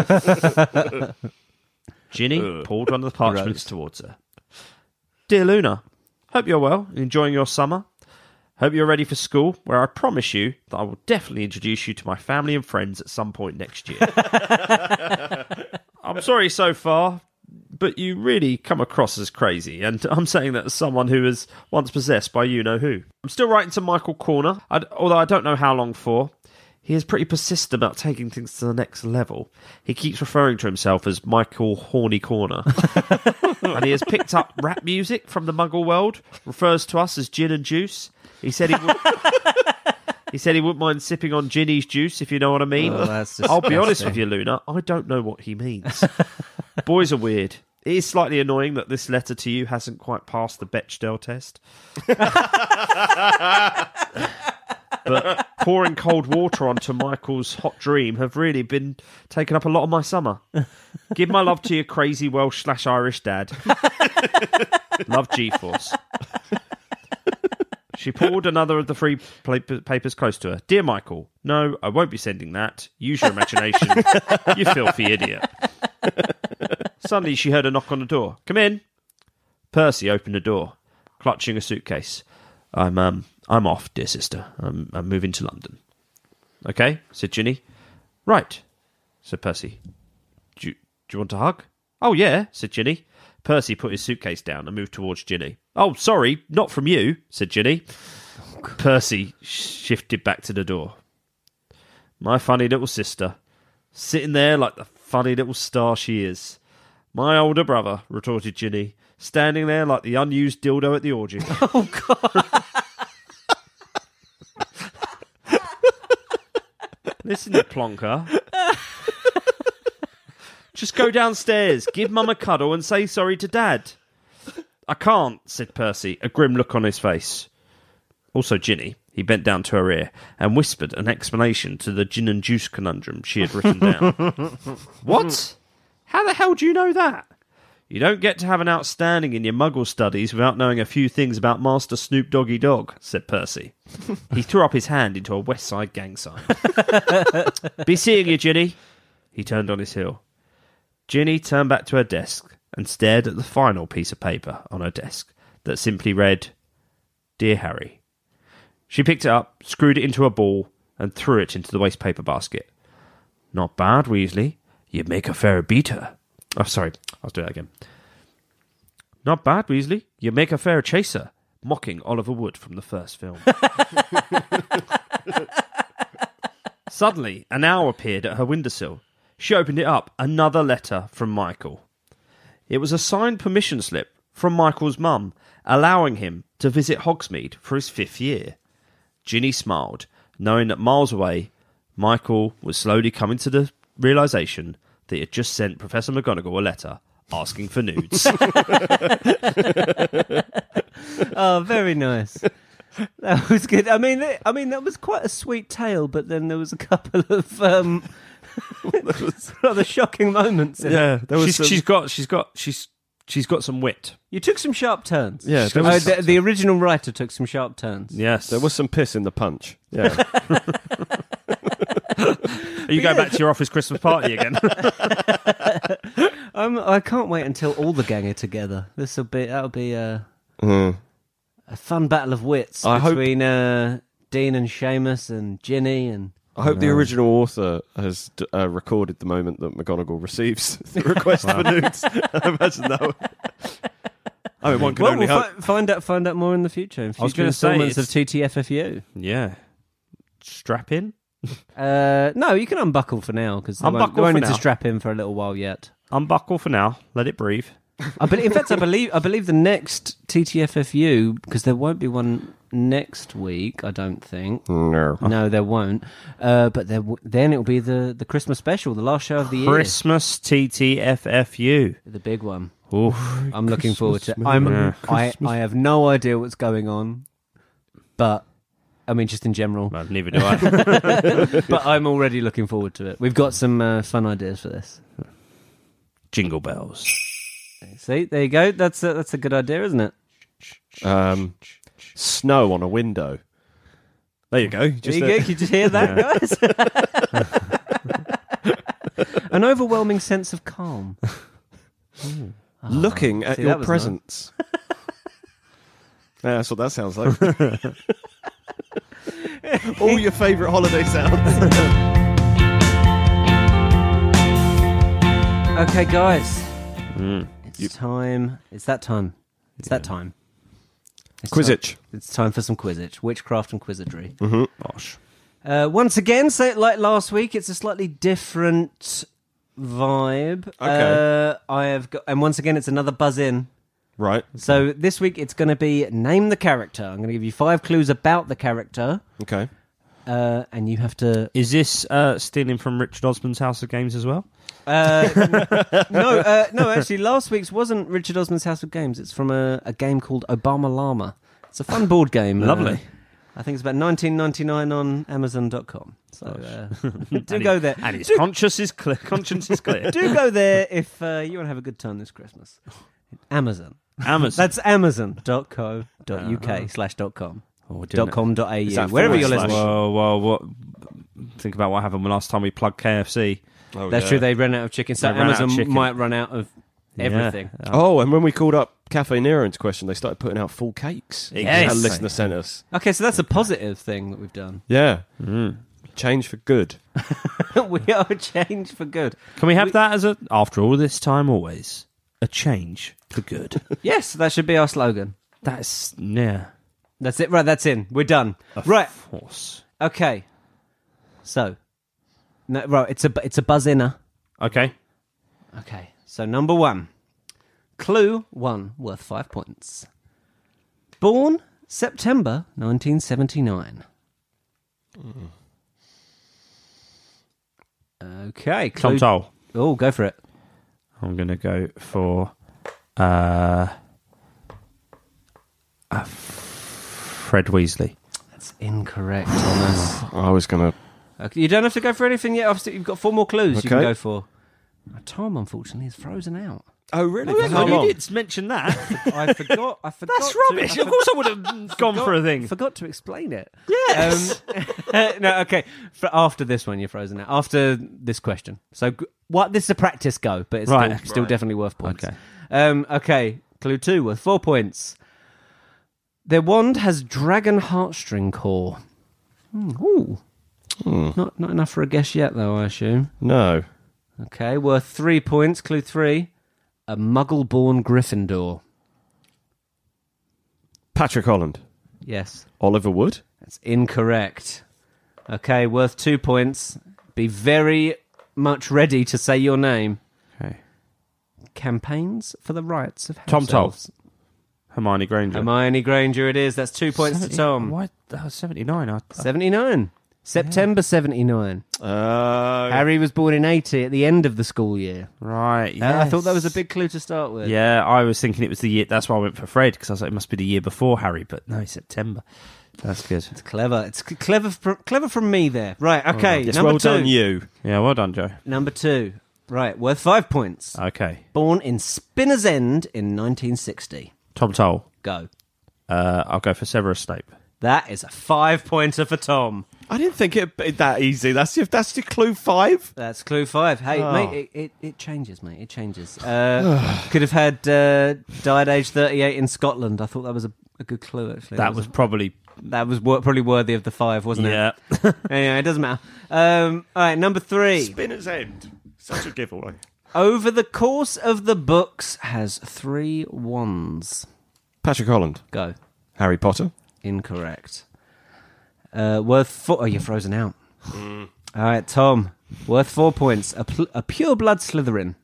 Ginny pulled one of the parchments towards her. Dear Luna, hope you're well and enjoying your summer. Hope you're ready for school, where I promise you that I will definitely introduce you to my family and friends at some point next year. I'm sorry so far, but you really come across as crazy, and I'm saying that as someone who was once possessed by you know who. I'm still writing to Michael Corner, i although I don't know how long for. He is pretty persistent about taking things to the next level. He keeps referring to himself as Michael Horny Corner. <laughs> and he has picked up rap music from the muggle world, refers to us as gin and juice. He said he would. <laughs> He said he wouldn't mind sipping on Ginny's juice, if you know what I mean. Oh, that's I'll be honest disgusting. with you, Luna. I don't know what he means. <laughs> Boys are weird. It is slightly annoying that this letter to you hasn't quite passed the Bechdel test. <laughs> but pouring cold water onto Michael's hot dream have really been taking up a lot of my summer. Give my love to your crazy Welsh slash Irish dad. <laughs> love G Force. She pulled another of the three pla- papers close to her. Dear Michael, no, I won't be sending that. Use your imagination. you filthy idiot. Suddenly, she heard a knock on the door. Come in. Percy opened the door, clutching a suitcase. I'm um, I'm off, dear sister. I'm I'm moving to London. Okay, said Ginny. Right, said Percy. Do you, do you want a hug? Oh yeah, said Ginny. Percy put his suitcase down and moved towards Ginny. Oh, sorry, not from you, said Ginny. Percy shifted back to the door. My funny little sister, sitting there like the funny little star she is. My older brother, retorted Ginny, standing there like the unused dildo at the orgy. Listen, you plonker. Just go downstairs, give Mum a cuddle, and say sorry to Dad. I can't, said Percy, a grim look on his face. Also, Ginny. He bent down to her ear and whispered an explanation to the gin and juice conundrum she had written down. <laughs> what? How the hell do you know that? You don't get to have an outstanding in your muggle studies without knowing a few things about Master Snoop Doggy Dog, said <laughs> Percy. he threw up his hand into a West Side gang <laughs> sign. Be seeing you, Ginny. He turned on his heel. Ginny turned back to her desk and stared at the final piece of paper on her desk that simply read, Dear Harry. She picked it up, screwed it into a ball, and threw it into the waste paper basket. Not bad, Weasley. You'd make a fair beater. Oh, sorry. I'll do that again. Not bad, Weasley. You make a fair chaser. Mocking Oliver Wood from the first film. Suddenly, an owl appeared at her windowsill. She opened it up. Another letter from Michael. It was a signed permission slip from Michael's mum, allowing him to visit Hogsmeade for his fifth year. Ginny smiled, knowing that miles away, Michael was slowly coming to the realization that he had just sent Professor McGonagall a letter asking for <laughs> nudes. Oh, very nice. That was good. I mean, it- I mean, that was quite a sweet tale, but then there was a couple <laughs> <laughs> of um, rather shocking moments. In it. there was she's, some- she's got she's got she's she's got some wit. You took some sharp turns. Yeah, there Uh, was- the, the original writer took some sharp turns. Yes. There was some piss in the punch. Yeah. Are you going back to your office Christmas party again? I'm, I can't wait until all the gang are together. This will be that'll be a, a fun battle of wits Mm-hmm. I hope- between uh, Dean and Seamus and Ginny and I hope the original author has d- uh, recorded the moment that McGonagall receives <laughs> the request for nudes. <laughs> I imagine that. Would... I mean, one can well, only we'll hope. fi- find out find out more in the future. In future I was gonna say, installments of it's- TTFFU. <laughs> yeah. Strap in. Uh, no, you can unbuckle for now because I won't, Unbuckle you won't for need to now. strap in for a little while yet. Uh, Unbuckle for now. Let it breathe. I believe, in fact, I believe I believe the next TTFFU because there won't be one next week, I don't think. Hmm. No. No, there won't. Uh, but there w- then it'll be the, the Christmas special, the last show of the Christmas TTFFU. year, the big one. Oof. I'm looking forward to. I'm. Yeah. I I have no idea what's going on, but I mean, just in general. Well, Uh, neither do I. But I'm already looking forward to it. We've got some uh, fun ideas for this. Jingle bells. See, there you go. That's a, that's a good idea, isn't it? Um, snow on a window. There you go. Just there you a- go. Could you hear that, guys? <laughs> An overwhelming sense of calm. looking at Ah, See, that your was <laughs> presents. yeah, that's what that sounds like. <laughs> All your favourite holiday sounds. Okay, guys. It's time. It's that time. It's that time. It's Quizich. Time. It's time for some Quizzitch. Witchcraft and Quizzitry. Gosh. Uh, once again, so like last week, it's a slightly different vibe. Okay. Uh, I have got, and once again, it's another buzz in. Right. So this week, it's going to be name the character. I'm going to give you five clues about the character, Okay. uh, and you have to. Is this <laughs> uh, stealing from Richard Osman's House of Games as well? Uh, no, <laughs> uh, no. Actually, last week's wasn't Richard Osman's House of Games. It's from a, a game called Obama Llama. It's a fun board game. uh, Lovely. I think it's about 19.99 on Amazon.com. So <laughs> uh, do And go he- there. And his conscience is clear. Conscience is clear. do go there if uh, you want to have a good time this Christmas. Amazon. Amazon. That's amazon.co.uk slash dot com. Uh-huh. Oh, doing Dot it. com dot au. that Wherever forward you're slash? listening. Whoa, whoa, Oh, what? Think about what happened last time we plugged KFC. Oh, That's yeah. true. They ran out of chicken. So They ran out of Amazon chicken. might run out of <laughs> everything. Yeah. Oh, and when we called up Cafe Nero into question, they started putting out full cakes. Yes. A listener sent us. Okay, so that's a positive thing that we've done. Yeah. Change for good. <laughs> we are a change for good. Can we have that as a, after all this time, always a change for good? Yes, that should be our slogan. That's yeah, That's it. Right, that's in. We're done. Right. of course. Okay. So, no, right. It's a bu- it's a buzz inner. Okay, Okay. So number one, clue one, worth five points. Born September 1979. Mm. Okay. Tom Clue. Toll. Oh, go for it. I'm gonna go for uh, a Fred Weasley. That's incorrect, Thomas. I was going to. okay, you don't have to go for anything yet. Obviously, you've got four more clues you can Okay. go for. Uh, Tom, unfortunately, is frozen out. Oh, really? did mention that. <laughs> I forgot. I forgot. That's to- rubbish. I Of course, I would have gone for a thing. Forgot to explain it. Yes. Um, <laughs> no, okay. For after this one, you're frozen out. After this question. So, g- what? This is a practice go, but it's Right. still, still definitely worth points. Okay. Um, okay. Clue two worth four points. Their wand has dragon heartstring core. Hmm, ooh. Hmm. Not, not enough for a guess yet, though, I assume. No. Okay. Worth three points. Clue three. A muggle born Gryffindor. Patrick Holland. Yes. Oliver Wood. That's incorrect. Okay, worth two points. Be very much ready to say your name. Okay. Campaigns for the riots of house Tom Toll. elves. Hermione Granger. Hermione Granger, it is. That's two points to Tom. Um, Why? That was 79. I, 79. September 79. Uh, Harry was born in 80 at the end of the school year. right. Uh, I thought that was a yes. big clue to start with. Yeah, I was thinking it was the year. That's why I went for Fred because I was like, it must be the year before Harry, but no, September. That's good. It's clever. It's c- clever fr- clever from me there. Right, Oh, okay. yes, number well two. done, you. Yeah, well done, Joe. Number two. Right, worth five points. Okay, Born in Spinner's End in 1960. Tom Toll. Go. Uh, I'll go for Severus Snape. That is a five pointer for Tom. I didn't think it'd be that easy. That's your, that's your clue five. That's clue five. Hey, Oh. mate, it, it, it changes, mate. It changes. Uh, <sighs> could have had uh, died age 38 in Scotland. I thought that was a, a good clue, actually. That was probably that was wor- probably worthy of the five, wasn't yeah. it? <laughs> Anyway, it doesn't matter. Um, all right, number three. Spinner's End. Such a giveaway. Over the course of the books has three wands. Patrick Holland. Go. Harry Potter. Incorrect. Uh, worth four. Oh, you're frozen out. Mm. All right, Tom. Worth four points. A, pl- a pure blood Slytherin.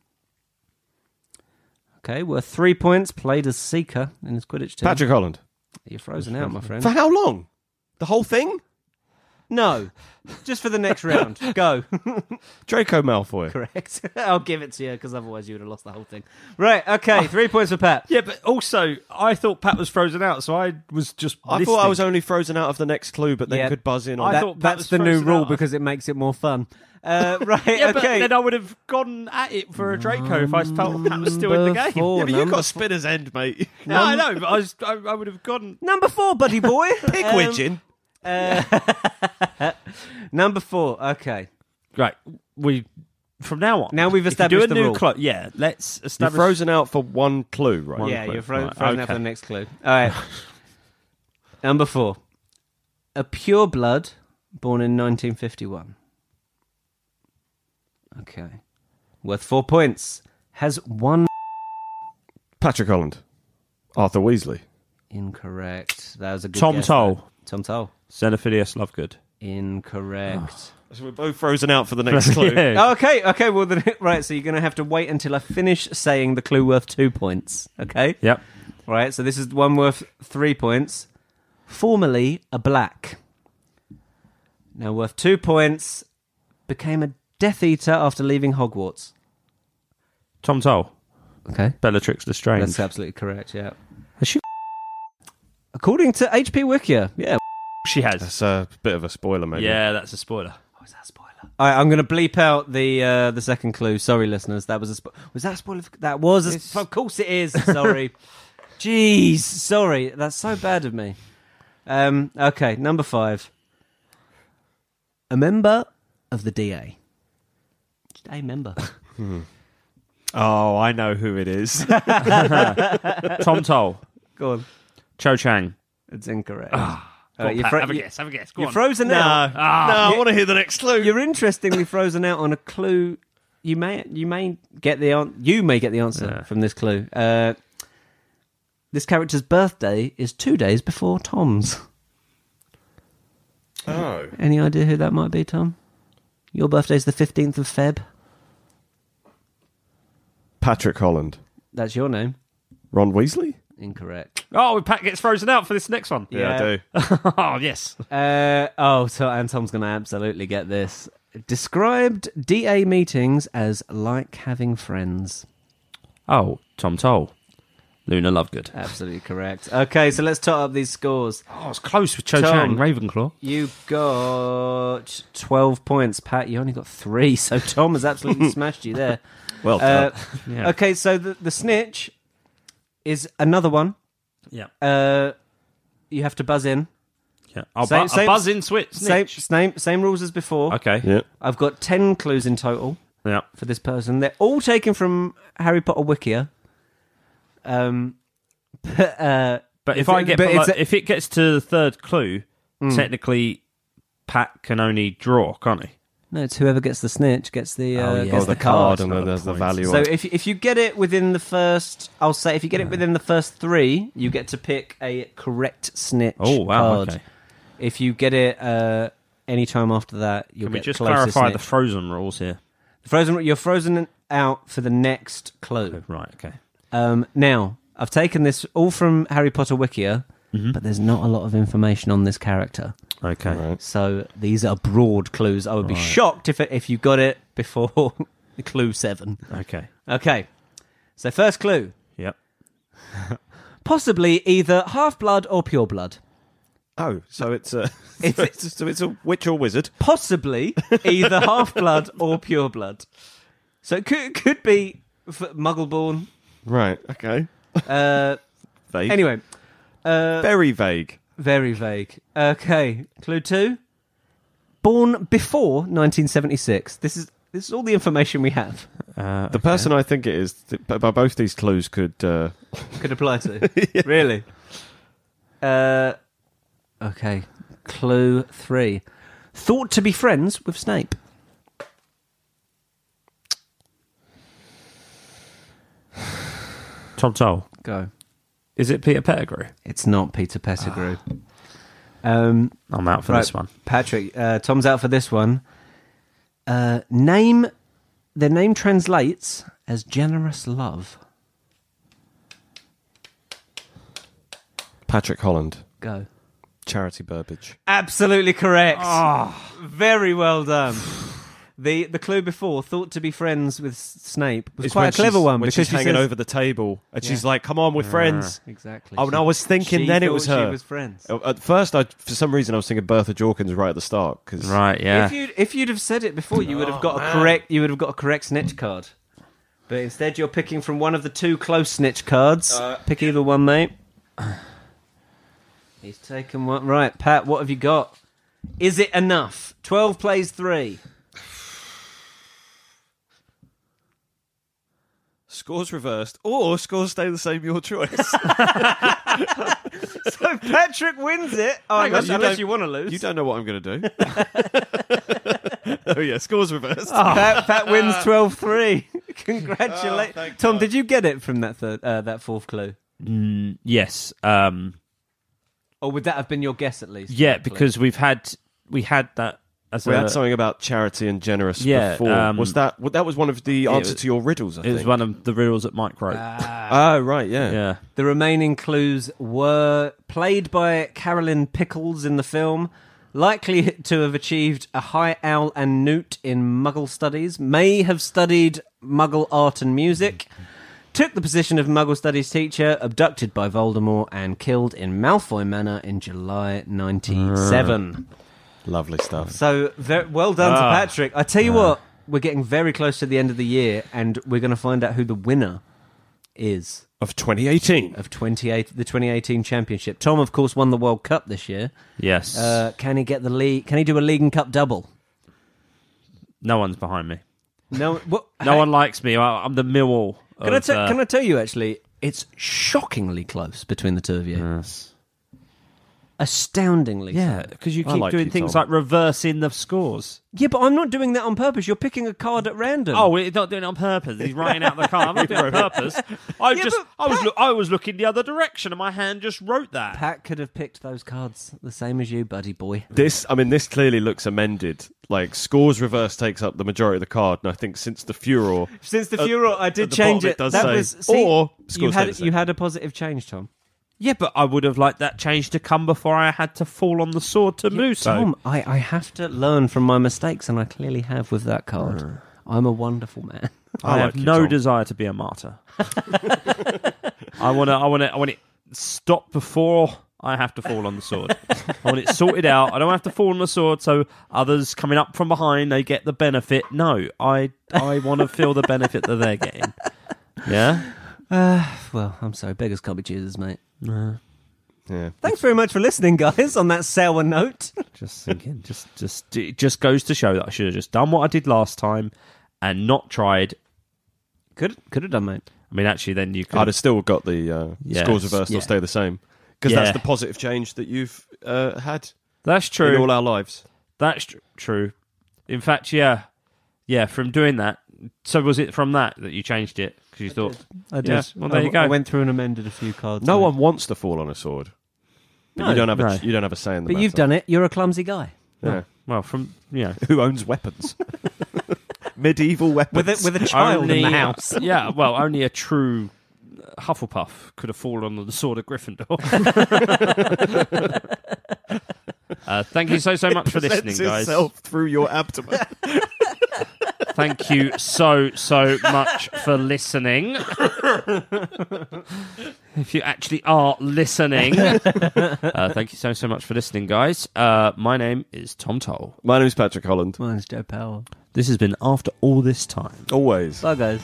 Okay, worth three points. Played as Seeker in his Quidditch team. Patrick Holland. You're frozen out, my friend. For how long? The whole thing? No, just for the next <laughs> round. Go. Draco Malfoy. Correct. <laughs> I'll give it to you because otherwise you would have lost the whole thing. Right. Okay. Three points for Pat. Oh. Yeah, but also I thought Pat was frozen out, so I was just. I thought I was only frozen out of the next clue, but then Yeah. could buzz in I on That- that. thought Pat that's was the new frozen rule out. because it makes it more fun. <laughs> Uh, right. Yeah, but okay. then I would have gone at it for a Draco if I felt Pat was still in the game. Number four, Yeah, but you number got Spinner's End, <laughs> mate. No, I know, but I, was, I, I would have gone. Number four, <laughs> buddy <laughs> boy. Pig Um, widgeon. Number four. Okay. Right, we from now on. Now we've if you established do the a new rule. clo- yeah, let's You're establish. frozen out for one clue, right? yeah, One clue. you're fro- Right, frozen out for the okay. next clue. All <laughs> right. Number four. A pure blood born in 1951. Okay. Worth four points. Has one. Patrick Holland. Arthur Weasley. Incorrect. That was a good Tom guess, Toll. though. Tom Toll. Xenophilius Lovegood. Ah. Incorrect. So we're both frozen out for the <laughs> next clue. Yeah. Okay, okay, well, then, <laughs> right, so you're going to have to wait until I finish saying the clue worth two points, okay? Yep. Right, so this is one worth three points. Formerly a black. Now worth two points. Became a Death Eater after leaving Hogwarts. Tom Toll. Okay. Bellatrix Lestrange. That's absolutely correct, yeah. Has she- According to HP Wikia, yeah. She has. That's a bit of a spoiler, maybe. Yeah, that's a spoiler. Was Oh, that a spoiler? All right, I'm going to bleep out the uh, the second clue. Sorry, listeners. That was a spo- was that a spoiler? That was a sp- of course it is. <laughs> Sorry. Jeez, sorry. That's so bad of me. Um, okay, number five. A member of the DA. Just a member. Oh, I know who it is. <laughs> Tom Toll. <laughs> Go on. Cho Chang. It's incorrect. Ah, Go All right, on, you're Pat, fro- have a you- guess. Have a guess. Go You're on. Ah. frozen out. no, I want to hear the next clue. You're interestingly frozen out on a clue. You may you may get the an- you may get the answer from this clue. Uh, this character's birthday is two days before Tom's. Oh. Any idea who that might be, Tom? Your birthday's the fifteenth of Feb. Patrick Holland. That's your name. Ron Weasley? Incorrect. Oh, Pat gets frozen out for this next one. I do. oh, yes. Uh, oh, so and Tom's going to absolutely get this. Described DA meetings as like having friends. Oh, Tom Toll. Luna Lovegood. Absolutely correct. Okay, so let's tot up these scores. Oh, it's close with Cho Tom. Chang. Ravenclaw. You got 12 points, Pat. You only got three, so Tom <laughs> has absolutely smashed you there. Well Uh, done. Yeah. Okay, so the, the snitch is another one. Yeah. Uh, you have to buzz in. Yeah. I'll, Same- bu- same- I'll buzz in Switch. Same, same, same rules as before. Okay. yeah. I've got 10 clues in total Yeah. for this person. They're all taken from Harry Potter Wikia. Um, <laughs> but, uh, But Hmm. It's- if I get but below- it's a- if it gets to the third clue, technically Pat can only draw, can't he? no, it's whoever gets the snitch gets the, uh, Oh, yeah. gets Oh, the, the <laughs> card. card. and not then the there's the points. value So on if if you get it within the first, I'll say if you get Hmm. it within the first three, you get to pick a correct snitch. Oh wow. card. Okay. If you get it uh, any time after that, you'll Can get we just closer clarify the snitch. frozen rules here? frozen. You're frozen out for the next clue. Right. Okay. Um, now I've taken this all from Harry Potter Wikia, Mm-hmm. but there's not a lot of information on this character. Okay. Right. So these are broad clues. I would be shocked if it, if you got it before <laughs> clue seven. Okay. Okay, so first clue. Yep. <laughs> possibly either half blood or pure blood. Oh, so it's a <laughs> If so it's, so it's a witch or wizard. Possibly either half blood or pure blood. So it could could be f- muggleborn. Right. Okay. Uh, Vague. anyway, uh, very vague. very vague. Okay, clue two: born before 1976. This is this is all the information we have. Uh, The person I think it is, th- b- by both these clues, could uh, Could apply <laughs> to really. Uh, okay, clue three: thought to be friends with Snape. Tom Toll. Go. Is it Peter Pettigrew? It's not Peter Pettigrew. um, I'm out for right, this one. Patrick, uh, Tom's out for this one. Uh, name, their name translates as generous love. Patrick Holland, Go. Charity Burbage. Absolutely correct. Ah. Very well done. The the clue before, thought to be friends with S- Snape, was It's quite a when clever she's- one when because she's she hanging says- over the table and she's Yeah. like, "Come on, we're friends." Exactly. Oh, and I was thinking she then it thought was her. She was friends. Uh, At first, I for some reason I was thinking Bertha Jorkins right at the start because Right, yeah. If you'd if you'd have said it before, you Oh, would have got a correct you would have got a correct snitch card. But instead, you're picking from one of the two close snitch cards. Uh, Pick either one, mate. He's taken one. Right, Pat. What have you got? Is it enough? Twelve plays three. scores reversed or scores stay the same. Your <laughs> choice. So Patrick wins it. Oh, Hang on, unless, you unless don't- you want to lose. you don't know what I'm going <laughs> to do. oh yeah, scores reversed. <laughs> Pat, Pat wins <laughs> 12-3. Congratulations, Ah. Oh, thank Tom. God. Did you get it from that third, uh, that fourth clue, Mm, yes. Um, or would that have been your guess at least? yeah, Hopefully. because we've had we had that as We a, had something about charity and generous Yeah, before. um, was that well, that was one of the answers was- to your riddles? I It think. was one of the riddles at Mike wrote. Ah. Oh right, yeah. <laughs> yeah. The remaining clues were played by Carolyn Pickles in the film, likely to have achieved a high owl and newt in Muggle studies, may have studied Muggle art and music, took the position of Muggle studies teacher, abducted by Voldemort, and killed in Malfoy Manor in July 97. Lovely stuff. So, very, well done to Patrick. I tell you what, we're getting very close to the end of the year, and we're going to find out who the winner is Of 2018. of 28 the 2018 championship. Tom, of course, won the World Cup this year. Yes. Uh, can he get the league? Can he do a league and cup double? no one's behind me. No, <laughs> what, No one likes me. I, I'm the Millwall. Can I, of, te- uh, can I tell you actually? It's shockingly close between the two of you. Astoundingly. so. Yeah, because you I keep like doing you, things Tom. like reversing the scores. Yeah, but I'm not doing that on purpose. You're picking a card at random. Oh, we're not doing it on purpose. He's writing out the card. I'm not doing it on <laughs> purpose. I just, but I was, Pat- loo- I was looking the other direction, and my hand just wrote that. Pat could have picked those cards the same as you, buddy boy. This, I mean, this clearly looks amended. Like scores reverse takes up the majority of the card, and I think since the furor, Since the At- furor, I at did the change bottom it it. does that say, was see, or you scores stay the had same. you had a positive change, Tom. Yeah, but I would have liked that change to come before I had to fall on the sword to Yeah, move. Tom, I, I have to learn from my mistakes, and I clearly have with that card. I'm a wonderful man. <laughs> I, I have like you, no Tom. desire to be a martyr. I want to. I want to. I want it stopped before I have to fall on the sword. I want it sorted out. I don't have to fall on the sword, so others coming up from behind they get the benefit. No, I. I want to feel the benefit that they're getting. Yeah. well, I'm sorry, beggars can't be choosers, mate. yeah, Thanks very much for listening, guys, on that sour note. <laughs> Just thinking. just. Just. It just <laughs> goes to show that I should have just done what I did last time, and not tried. Could could have done, mate. I mean, actually, then you could. I'd have still got the uh, Yeah. scores reversed Yeah. or stay the same because Yeah. that's the positive change that you've uh, had That's true. in all our lives. That's tr- true. In fact, yeah, yeah. From doing that, so was it from that that you changed it because you thought? I did. Yeah, well, there I, you go. I went through and amended a few cards. No mate. one wants to fall on a sword. But No, you don't have no. a you don't have a say in the But you've matter. done it. You're a clumsy guy. Yeah. Well, from you know, Who owns weapons? Medieval weapons. With a, <laughs> with a child only, in the house. <laughs> yeah, well, only a true uh, Hufflepuff could have fallen on the sword <laughs> of Gryffindor. uh, thank you so so much for listening, Presents guys. itself through your abdomen. Thank you so so much <laughs> for listening. if you actually are listening, uh, thank you so so much for listening, guys. Uh, my name is Tom Toll. My name's Patrick Holland. Mine's Joe Powell. This has been after all this time. Always. Bye, guys.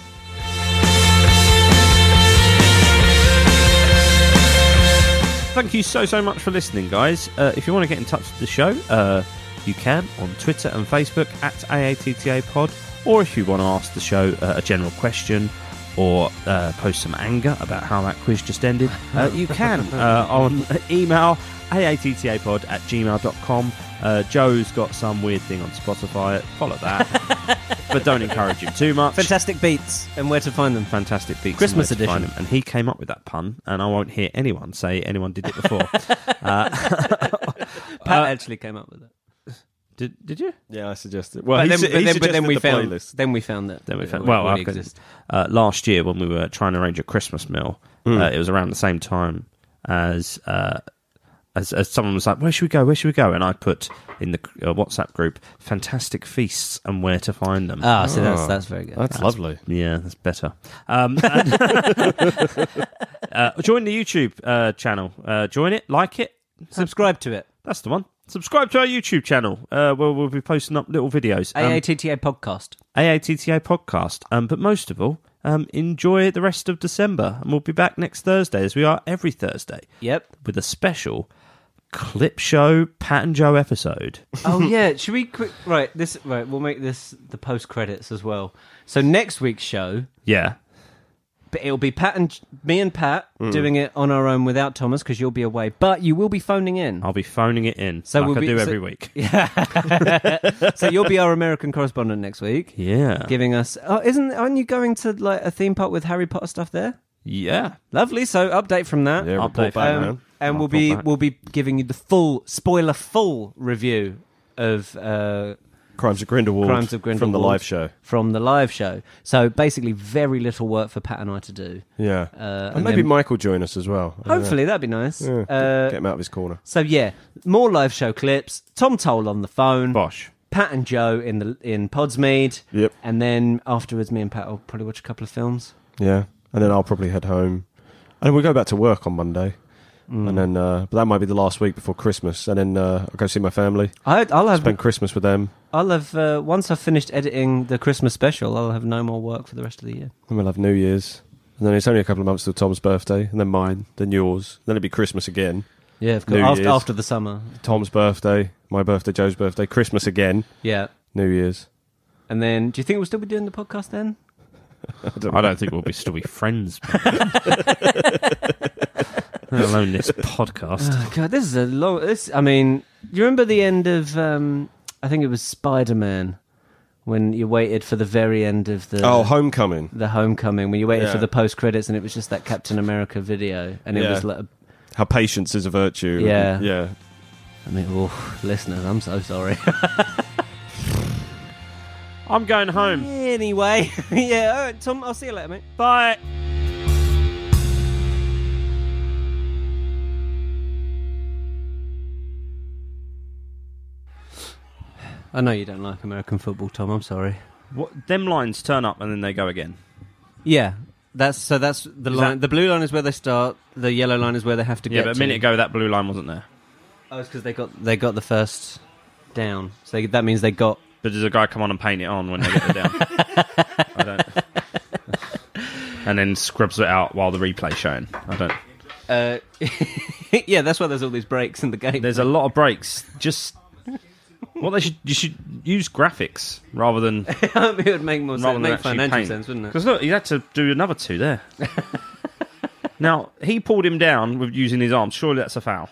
Thank you so, so much for listening, guys. Uh, if you want to get in touch with the show, uh, you can on Twitter and Facebook at AATTA Pod, or if you want to ask the show uh, a general question or uh, post some anger about how that quiz just ended, uh, you <laughs> can uh, on <laughs> email aattapod at gmail.com. Uh, Joe's got some weird thing on Spotify. Follow that. <laughs> but don't encourage him too much. Fantastic beats and where to find them. Fantastic Beasts. and Christmas Where to Find edition. Them. And he came up with that pun, and I won't hear anyone say anyone did it <laughs> before. Uh, Pat actually came up with it. did, did you? Yeah, I suggested. Well, he su- he suggested we the found playlist. then we found that Then we it found, well, already I could- existed. Hmm. uh, last year when we were trying to arrange a Christmas meal, uh, it was around the same time. as uh, as, as someone was like, "Where should we go? Where should we go?" And I put in the uh, WhatsApp group, "Fantastic feasts and where to find them." Ah, so Oh. that's that's very good. That's lovely. Yeah, that's better. Um, <laughs> and- uh, join the YouTube uh, channel. Uh, join it, like it. Subscribe to it. That's the one. Subscribe to our YouTube channel uh, where we'll be posting up little videos. Um, AATTA podcast. AATTA podcast. Um, but most of all, um, enjoy the rest of December. And we'll be back next Thursday, as we are every Thursday, Yep. with a special clip show Pat and <laughs> Joe episode. <laughs> oh yeah, should we quick right, this right, we'll make this the post credits as well. So next week's show yeah. But it'll be Pat and me and Pat Hmm. doing it on our own without Thomas because you'll be away. But you will be phoning in, I'll be phoning it in So like we'll I be- do so- every week. Oh. so you'll <laughs> be our American correspondent next week, Yeah. giving us. Oh, isn't aren't you going to like a theme park with Harry Potter stuff there? Yeah. Lovely. So update from that, Um, Yeah, Update report back, for- man. and we'll Report be back. we'll be giving you the full spoiler full review of uh, Crimes of Grindelwald. Crimes of Grindelwald from the live show. from the live show. So basically, very little work for Pat and I to do. Yeah, Uh, and maybe then- Mike will join us as well. I don't know. Hopefully, that'd be nice. Yeah, Uh, get him out of his corner. So yeah, more live show clips. Tom Toll on the phone. Bosh. Pat and Joe in the in Podsmead. Yep. And then afterwards, me and Pat will probably watch a couple of films. Yeah, and then I'll probably head home, and then we'll go back to work on Monday, and then uh, but that might be the last week before Christmas, and then uh, I'll go see my family, I, I'll have spend Christmas with them, I'll have uh, once I've finished editing the Christmas special, I'll have no more work for the rest of the year. then we'll have New Year's, and then it's only a couple of months till Tom's birthday, and then mine, then yours, then it'll be Christmas again, Yeah, of course. New After, Year's. after the summer, Tom's birthday, my birthday, Joe's birthday, Christmas again, yeah. New Year's. And then, do you think we'll still be doing the podcast then? I don't think we'll be still be friends. <laughs> Let alone this podcast. Oh, God, this is a long. This, I mean, you remember the end of? Um, I think it was Spider Man when you waited for the very end of the. Oh, Homecoming, the homecoming when you waited Yeah. for the post credits and it was just that Captain America video and it Yeah. was like a how patience is a virtue. and- Yeah. yeah. I mean, oh, listeners, I'm so sorry. <laughs> I'm going home. anyway, <laughs> yeah, all right, Tom, I'll see you later, mate. Bye. I know you don't like American football, Tom. I'm sorry. What, them lines turn up and then they go again. Yeah, that's so. That's the Is line. that- The blue line is where they start. The yellow line is where they have to Yeah, get. but a to. minute ago that blue line wasn't there. Oh, it's because they got they got the first down. So they, that means they got. But does a guy come on and paint it on when they get <laughs> it down? I don't. And then scrubs it out while the replay's showing. I don't. Uh, <laughs> yeah, that's why there's all these breaks in the game. <laughs> There's a lot of breaks. Just well, they should you should use graphics rather than it would make more rather sense. than Make actually financial paint. sense, wouldn't it? Because look, he had to do another <laughs> two there. now he pulled him down with using his arms. Surely that's a foul.